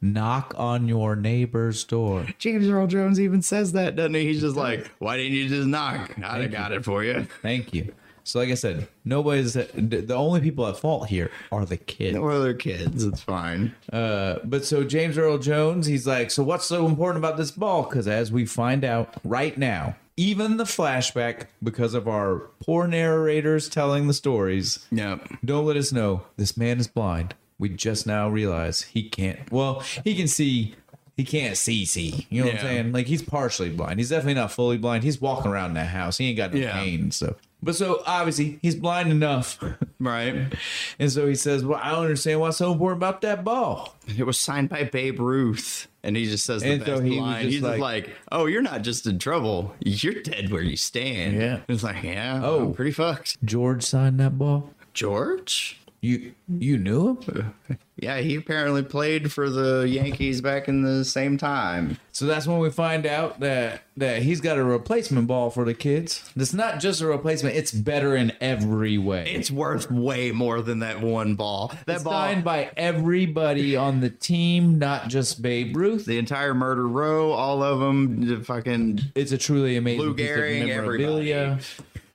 A: knock on your neighbor's door.
B: James Earl Jones even says that, doesn't he? He's just like, why didn't you just knock? I'd have got it for you.
A: Thank you. So, like I said, nobody's the only people at fault here are the kids.
B: Or they're kids. It's fine.
A: Uh, but so James Earl Jones, he's like, so what's so important about this ball? Because as we find out right now, even the flashback, because of our poor narrators telling the stories,
B: Yep.
A: don't let us know this man is blind. We just now realize he can't. Well, he can see. He can't see. See, you know what I'm
B: Yeah.
A: saying? Like he's partially blind. He's definitely not fully blind. He's walking around in that house. He ain't got no
B: Yeah.
A: cane. So, but so obviously he's blind enough.
B: Right.
A: and so he says, "Well, I don't understand what's so important about that ball."
B: It was signed by Babe Ruth. And he just says the
A: And so
B: best
A: he was
B: line.
A: just
B: He's just like, oh, you're not just in trouble. You're dead where you stand.
A: Yeah.
B: It's like, yeah.
A: Oh.
B: I'm pretty fucked.
A: George signed that ball.
B: George?
A: You you knew him?
B: Yeah, he apparently played for the Yankees back in the same time.
A: So that's when we find out that that he's got a replacement ball for the kids. It's not just a replacement; it's better in every way.
B: It's worth way more than that one ball. That
A: It's
B: ball,
A: signed by everybody on the team, not just Babe Ruth.
B: the entire murder row, all of them, the fucking
A: It's a truly amazing
B: Lou
A: piece of
B: Gehrig,
A: memorabilia.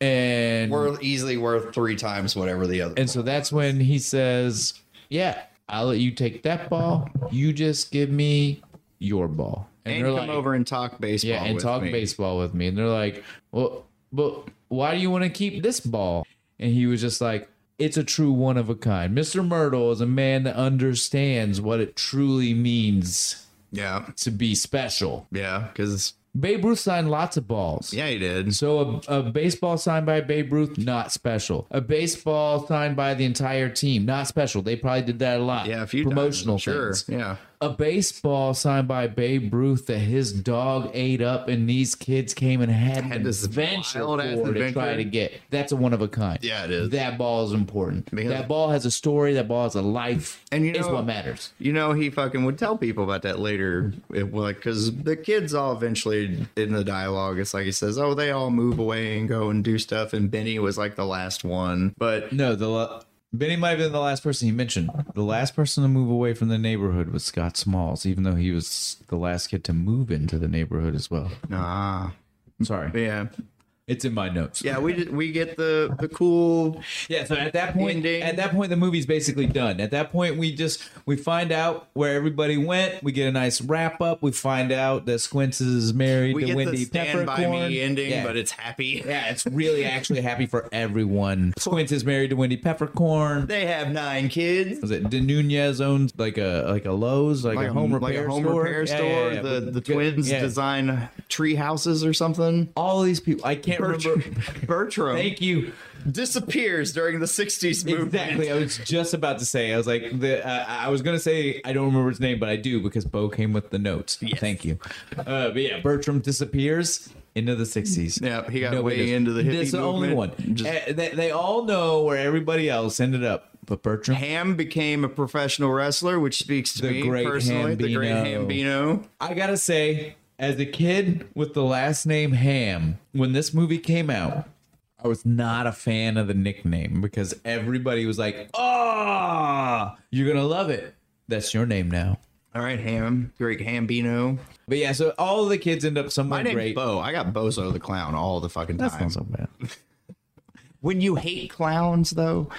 A: And
B: were easily worth three times whatever the other.
A: and so that's when he says, "Yeah, I'll let you take that ball. You just give me your ball."
B: and come over and talk baseball.
A: Yeah, and
B: with
A: talk
B: me.
A: baseball with me. And they're like, well, but why do you want to keep this ball? And he was just like, it's a true one of a kind. Mr. Myrtle is a man that understands what it truly means
B: Yeah,
A: to be special.
B: yeah, because
A: Babe Ruth signed lots of balls.
B: yeah, he did.
A: So a, a baseball signed by Babe Ruth, not special. A baseball signed by the entire team, not special. They probably did that a lot.
B: Yeah, a few times,
A: promotional
B: I'm sure.
A: things
B: Yeah,
A: a baseball signed by Babe Ruth that his dog ate up, and these kids came and had, an
B: this
A: adventure
B: wild ass
A: for to
B: adventure.
A: try to get. That's a one of a kind.
B: Yeah, it is.
A: That ball is important.
B: Because-
A: that ball has a story. That ball has a life.
B: And you
A: it's
B: know-
A: what matters.
B: you know he fucking would tell people about that later, it, like because the kids all eventually in the dialogue, it's like he says, "Oh, they all move away and go and do stuff," and Benny was like the last one, but
A: No, the la- Benny might have been the last person he mentioned. The last person to move away from the neighborhood was Scott Smalls, even though he was the last kid to move into the neighborhood as well.
B: ah,
A: I'm sorry,
B: yeah,
A: it's in my notes.
B: yeah, we did- we get the the cool
A: Yeah, so at that point,
B: Ending.
A: at that point, the movie's basically done. At that point, we just we find out where everybody went. We get a nice wrap up. We find out that Squints is married
B: we
A: to
B: get the
A: Wendy
B: stand by
A: Peppercorn.
B: me ending,
A: yeah.
B: but it's happy.
A: yeah, it's really actually happy for everyone. Squints is married to Wendy Peppercorn.
B: They have nine kids.
A: Was it De Nunez owns like a like a Lowe's like, a home repair
B: like a home
A: store?
B: repair
A: Yeah,
B: store.
A: yeah, yeah.
B: The
A: But
B: the
A: good-
B: twins
A: yeah.
B: design tree houses or something.
A: all these people. I can't remember.
B: Bert- Bertram
A: Thank you.
B: disappears during the '60s movement.
A: Exactly. I was just about to say. I was like, the, uh, I was gonna say I don't remember his name, but I do because Bo came with the notes. Thank you. Uh, but yeah, Bertram disappears into the sixties.
B: Yeah, he got
A: Nobody
B: way
A: does.
B: into the hippie
A: That's the only one.
B: movement. Just-
A: Uh, they, they all know where everybody else ended up, but Bertram.
B: Ham became a professional wrestler, which speaks to
A: The
B: me
A: great
B: personally. The great
A: Hambino.
B: Hambino.
A: I gotta say, as a kid with the last name Ham, when this movie came out, I was not a fan of the nickname because everybody was like, "Ah, you're gonna love it. That's your name now."
B: All right, Ham, great Hambino.
A: But yeah, so all the kids end up somewhere
B: My name's
A: great.
B: Bo. I got Bozo the clown all the fucking
A: That's
B: time.
A: not so bad.
B: When you hate clowns, though,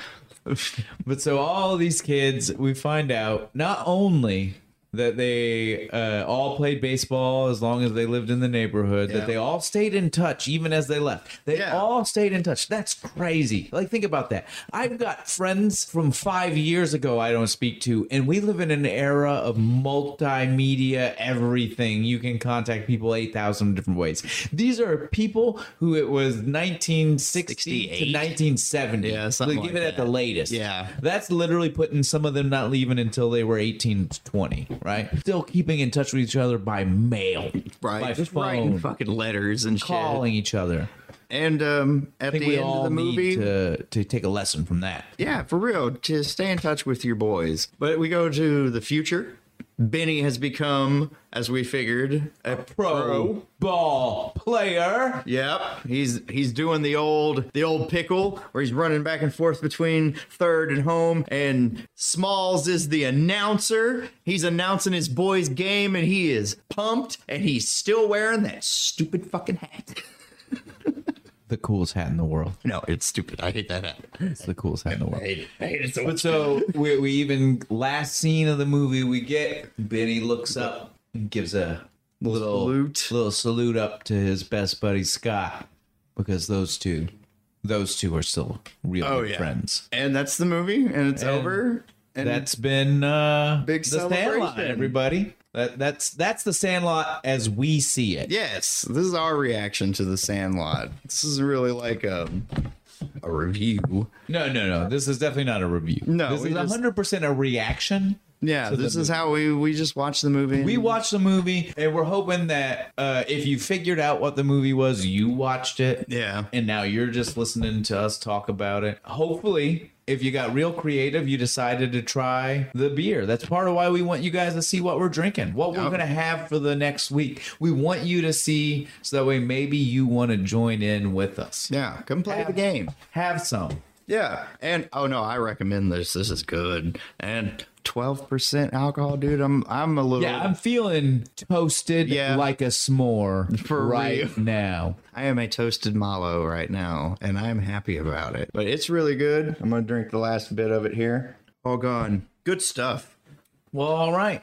A: But so all these kids, we find out not only that they uh, all played baseball as long as they lived in the neighborhood,
B: Yeah.
A: that they all stayed in touch even as they left. They
B: Yeah.
A: all stayed in touch. That's crazy. Like, think about that. I've got friends from five years ago I don't speak to, and we live in an era of multimedia everything. You can contact people 8,000 different ways. These are people who it was 1960 to
B: 68.
A: 1970.
B: Yeah, something
A: Like, give
B: like
A: it at the
B: that.
A: latest.
B: Yeah.
A: That's literally putting some of them not leaving until they were 18 to 20, right? Still keeping in touch with each other by mail,
B: right?
A: by
B: just writing
A: phone,
B: fucking letters and shit.
A: calling each other.
B: And um, at
A: I think
B: the
A: we
B: end
A: all
B: of the movie,
A: need to, to take a lesson from that.
B: Yeah, for real. To stay in touch with your boys. But we go to the future. Benny has become, as we figured, a
A: Pro ball player.
B: Yep, he's he's doing the old the old pickle where he's running back and forth between third and home, and Smalls is the announcer. He's announcing his boys' game, and he is pumped, and he's still wearing that stupid fucking hat.
A: The coolest hat in the world.
B: No, it's stupid. I hate that hat.
A: It's the coolest hat in the world.
B: hate it. I hate it so
A: But so we, we even last scene of the movie we get Benny looks up and gives a little
B: Salute.
A: little salute up to his best buddy Scott because those two those two are still real
B: Oh,
A: good
B: yeah.
A: friends.
B: And that's the movie, and it's over. And
A: That's been uh
B: Big
A: the Sandlot,
B: celebration.
A: everybody. That that's that's the Sandlot as we see it.
B: Yes, this is our reaction to the Sandlot. This is really like a a review.
A: No, no, no. This is definitely not a review.
B: No,
A: this
B: we
A: is
B: just-
A: hundred percent a reaction.
B: Yeah,
A: To the
B: this is how we we just watch the movie.
A: We watched the movie, and we're hoping that uh, if you figured out what the movie was, you watched it.
B: Yeah.
A: And now you're just listening to us talk about it. Hopefully, if you got real creative, you decided to try the beer. That's part of why we want you guys to see what we're drinking, what we're
B: Yep.
A: going to have for the next week. We want you to see so that way maybe you want to join in with us.
B: Yeah, come play the game.
A: Have some.
B: Yeah, and oh no, I recommend this. This is good. And twelve percent alcohol, dude. I'm I'm a little.
A: Yeah, I'm feeling toasted
B: Yeah.
A: like a s'more
B: For
A: right
B: real.
A: now.
B: I am a toasted malo right now, and I'm happy about it. But it's really good. I'm gonna drink the last bit of it here. All gone. Good stuff.
A: Well, all right.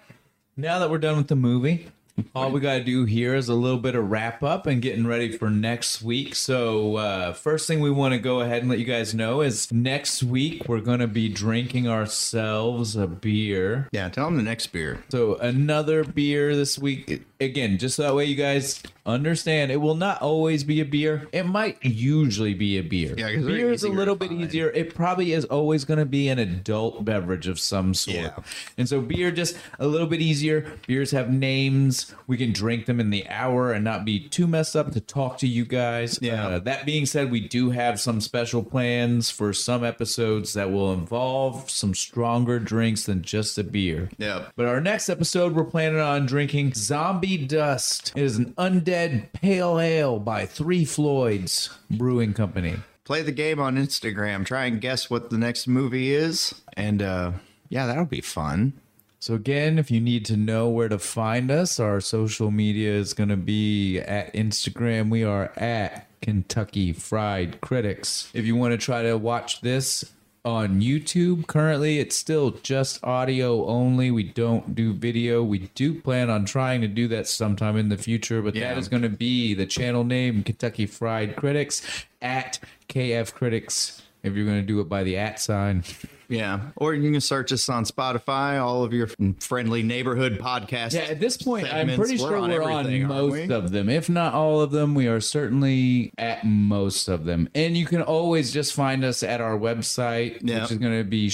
A: Now that we're done with the movie, all we got to do here is a little bit of wrap up and getting ready for next week. So, uh, first thing we want to go ahead and let you guys know is next week we're going to be drinking ourselves a beer.
B: Yeah, tell them the next beer.
A: So another beer this week. Again, just so that way you guys understand, it will not always be a beer. It might usually be a beer.
B: Yeah, 'cause they're
A: beer is a
B: easier
A: little
B: to
A: bit
B: find.
A: easier. It probably is always going to be an adult beverage of some sort.
B: Yeah.
A: And so beer just a little bit easier. Beers have names. We can drink them in the hour and not be too messed up to talk to you guys.
B: Yeah.
A: Uh, that being said, we do have some special plans for some episodes that will involve some stronger drinks than just a beer.
B: Yep.
A: But our next episode, we're planning on drinking Zombie Dust. It is an undead pale ale by Three Floyds Brewing Company.
B: Play the game on Instagram. Try and guess what the next movie is, and uh, yeah, that'll be fun.
A: So, again, if you need to know where to find us, our social media is going to be at Instagram. We are at Kentucky Fried Critics. If you want to try to watch this on YouTube, currently it's still just audio only. We don't do video. We do plan on trying to do that sometime in the future, but
B: Yeah.
A: that is going to be the channel name Kentucky Fried Critics at KF Critics. If you're going to do it by the at sign.
B: Yeah, or you can search us on Spotify, all of your friendly neighborhood podcasts.
A: Yeah, at this point, I'm
B: segments.
A: pretty
B: We're
A: sure
B: on
A: we're on
B: everything, aren't
A: most
B: we?
A: of them. If not all of them, we are certainly at most of them. And you can always just find us at our website,
B: Yeah.
A: which is going to be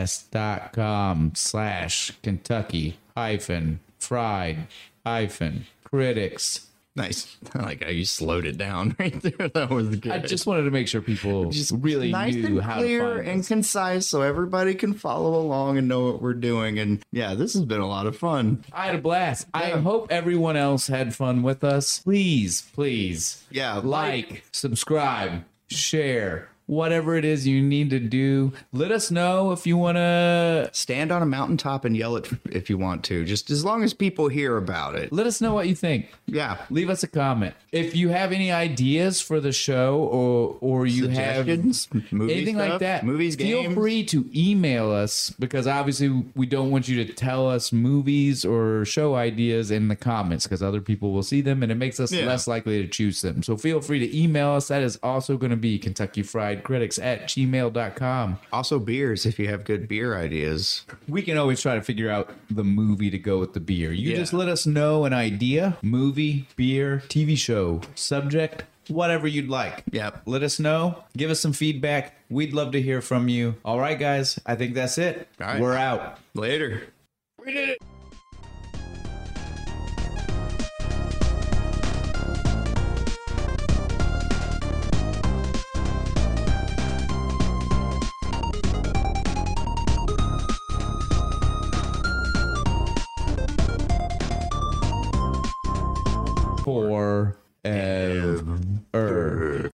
A: shows.acast.com slash Kentucky hyphen fried hyphen critics.
B: Nice. I like how you slowed it down right there. That was good.
A: I just wanted to make sure people really
B: nice
A: knew
B: and
A: how
B: clear
A: to find
B: and
A: us.
B: concise, so everybody can follow along and know what we're doing. And yeah, this has been a lot of fun.
A: I had a blast. I hope everyone else had fun with us. Please, please.
B: Yeah,
A: like, subscribe, share, whatever it is you need to do. Let us know if you want to.
B: Stand on a mountaintop and yell it if you want to. Just as long as people hear about it.
A: Let us know what you think.
B: Yeah.
A: Leave us a comment. If you have any ideas for the show or or you have
B: Suggestions, movie
A: anything like
B: stuff,
A: that,
B: movies,
A: feel
B: games.
A: free to email us because obviously we don't want you to tell us movies or show ideas in the comments because other people will see them and it makes us
B: Yeah.
A: less likely to choose them. So feel free to email us. That is also going to be Kentucky Fried Critics at gmail.com.
B: Also, beers if you have good beer ideas.
A: We can always try to figure out the movie to go with the beer. You
B: Yeah.
A: just let us know an idea, movie, beer, TV show, subject, whatever you'd like.
B: Yep.
A: Let us know. Give us some feedback. We'd love to hear from you. All right, guys. I think that's it.
B: All right.
A: We're out.
B: Later.
A: Forever.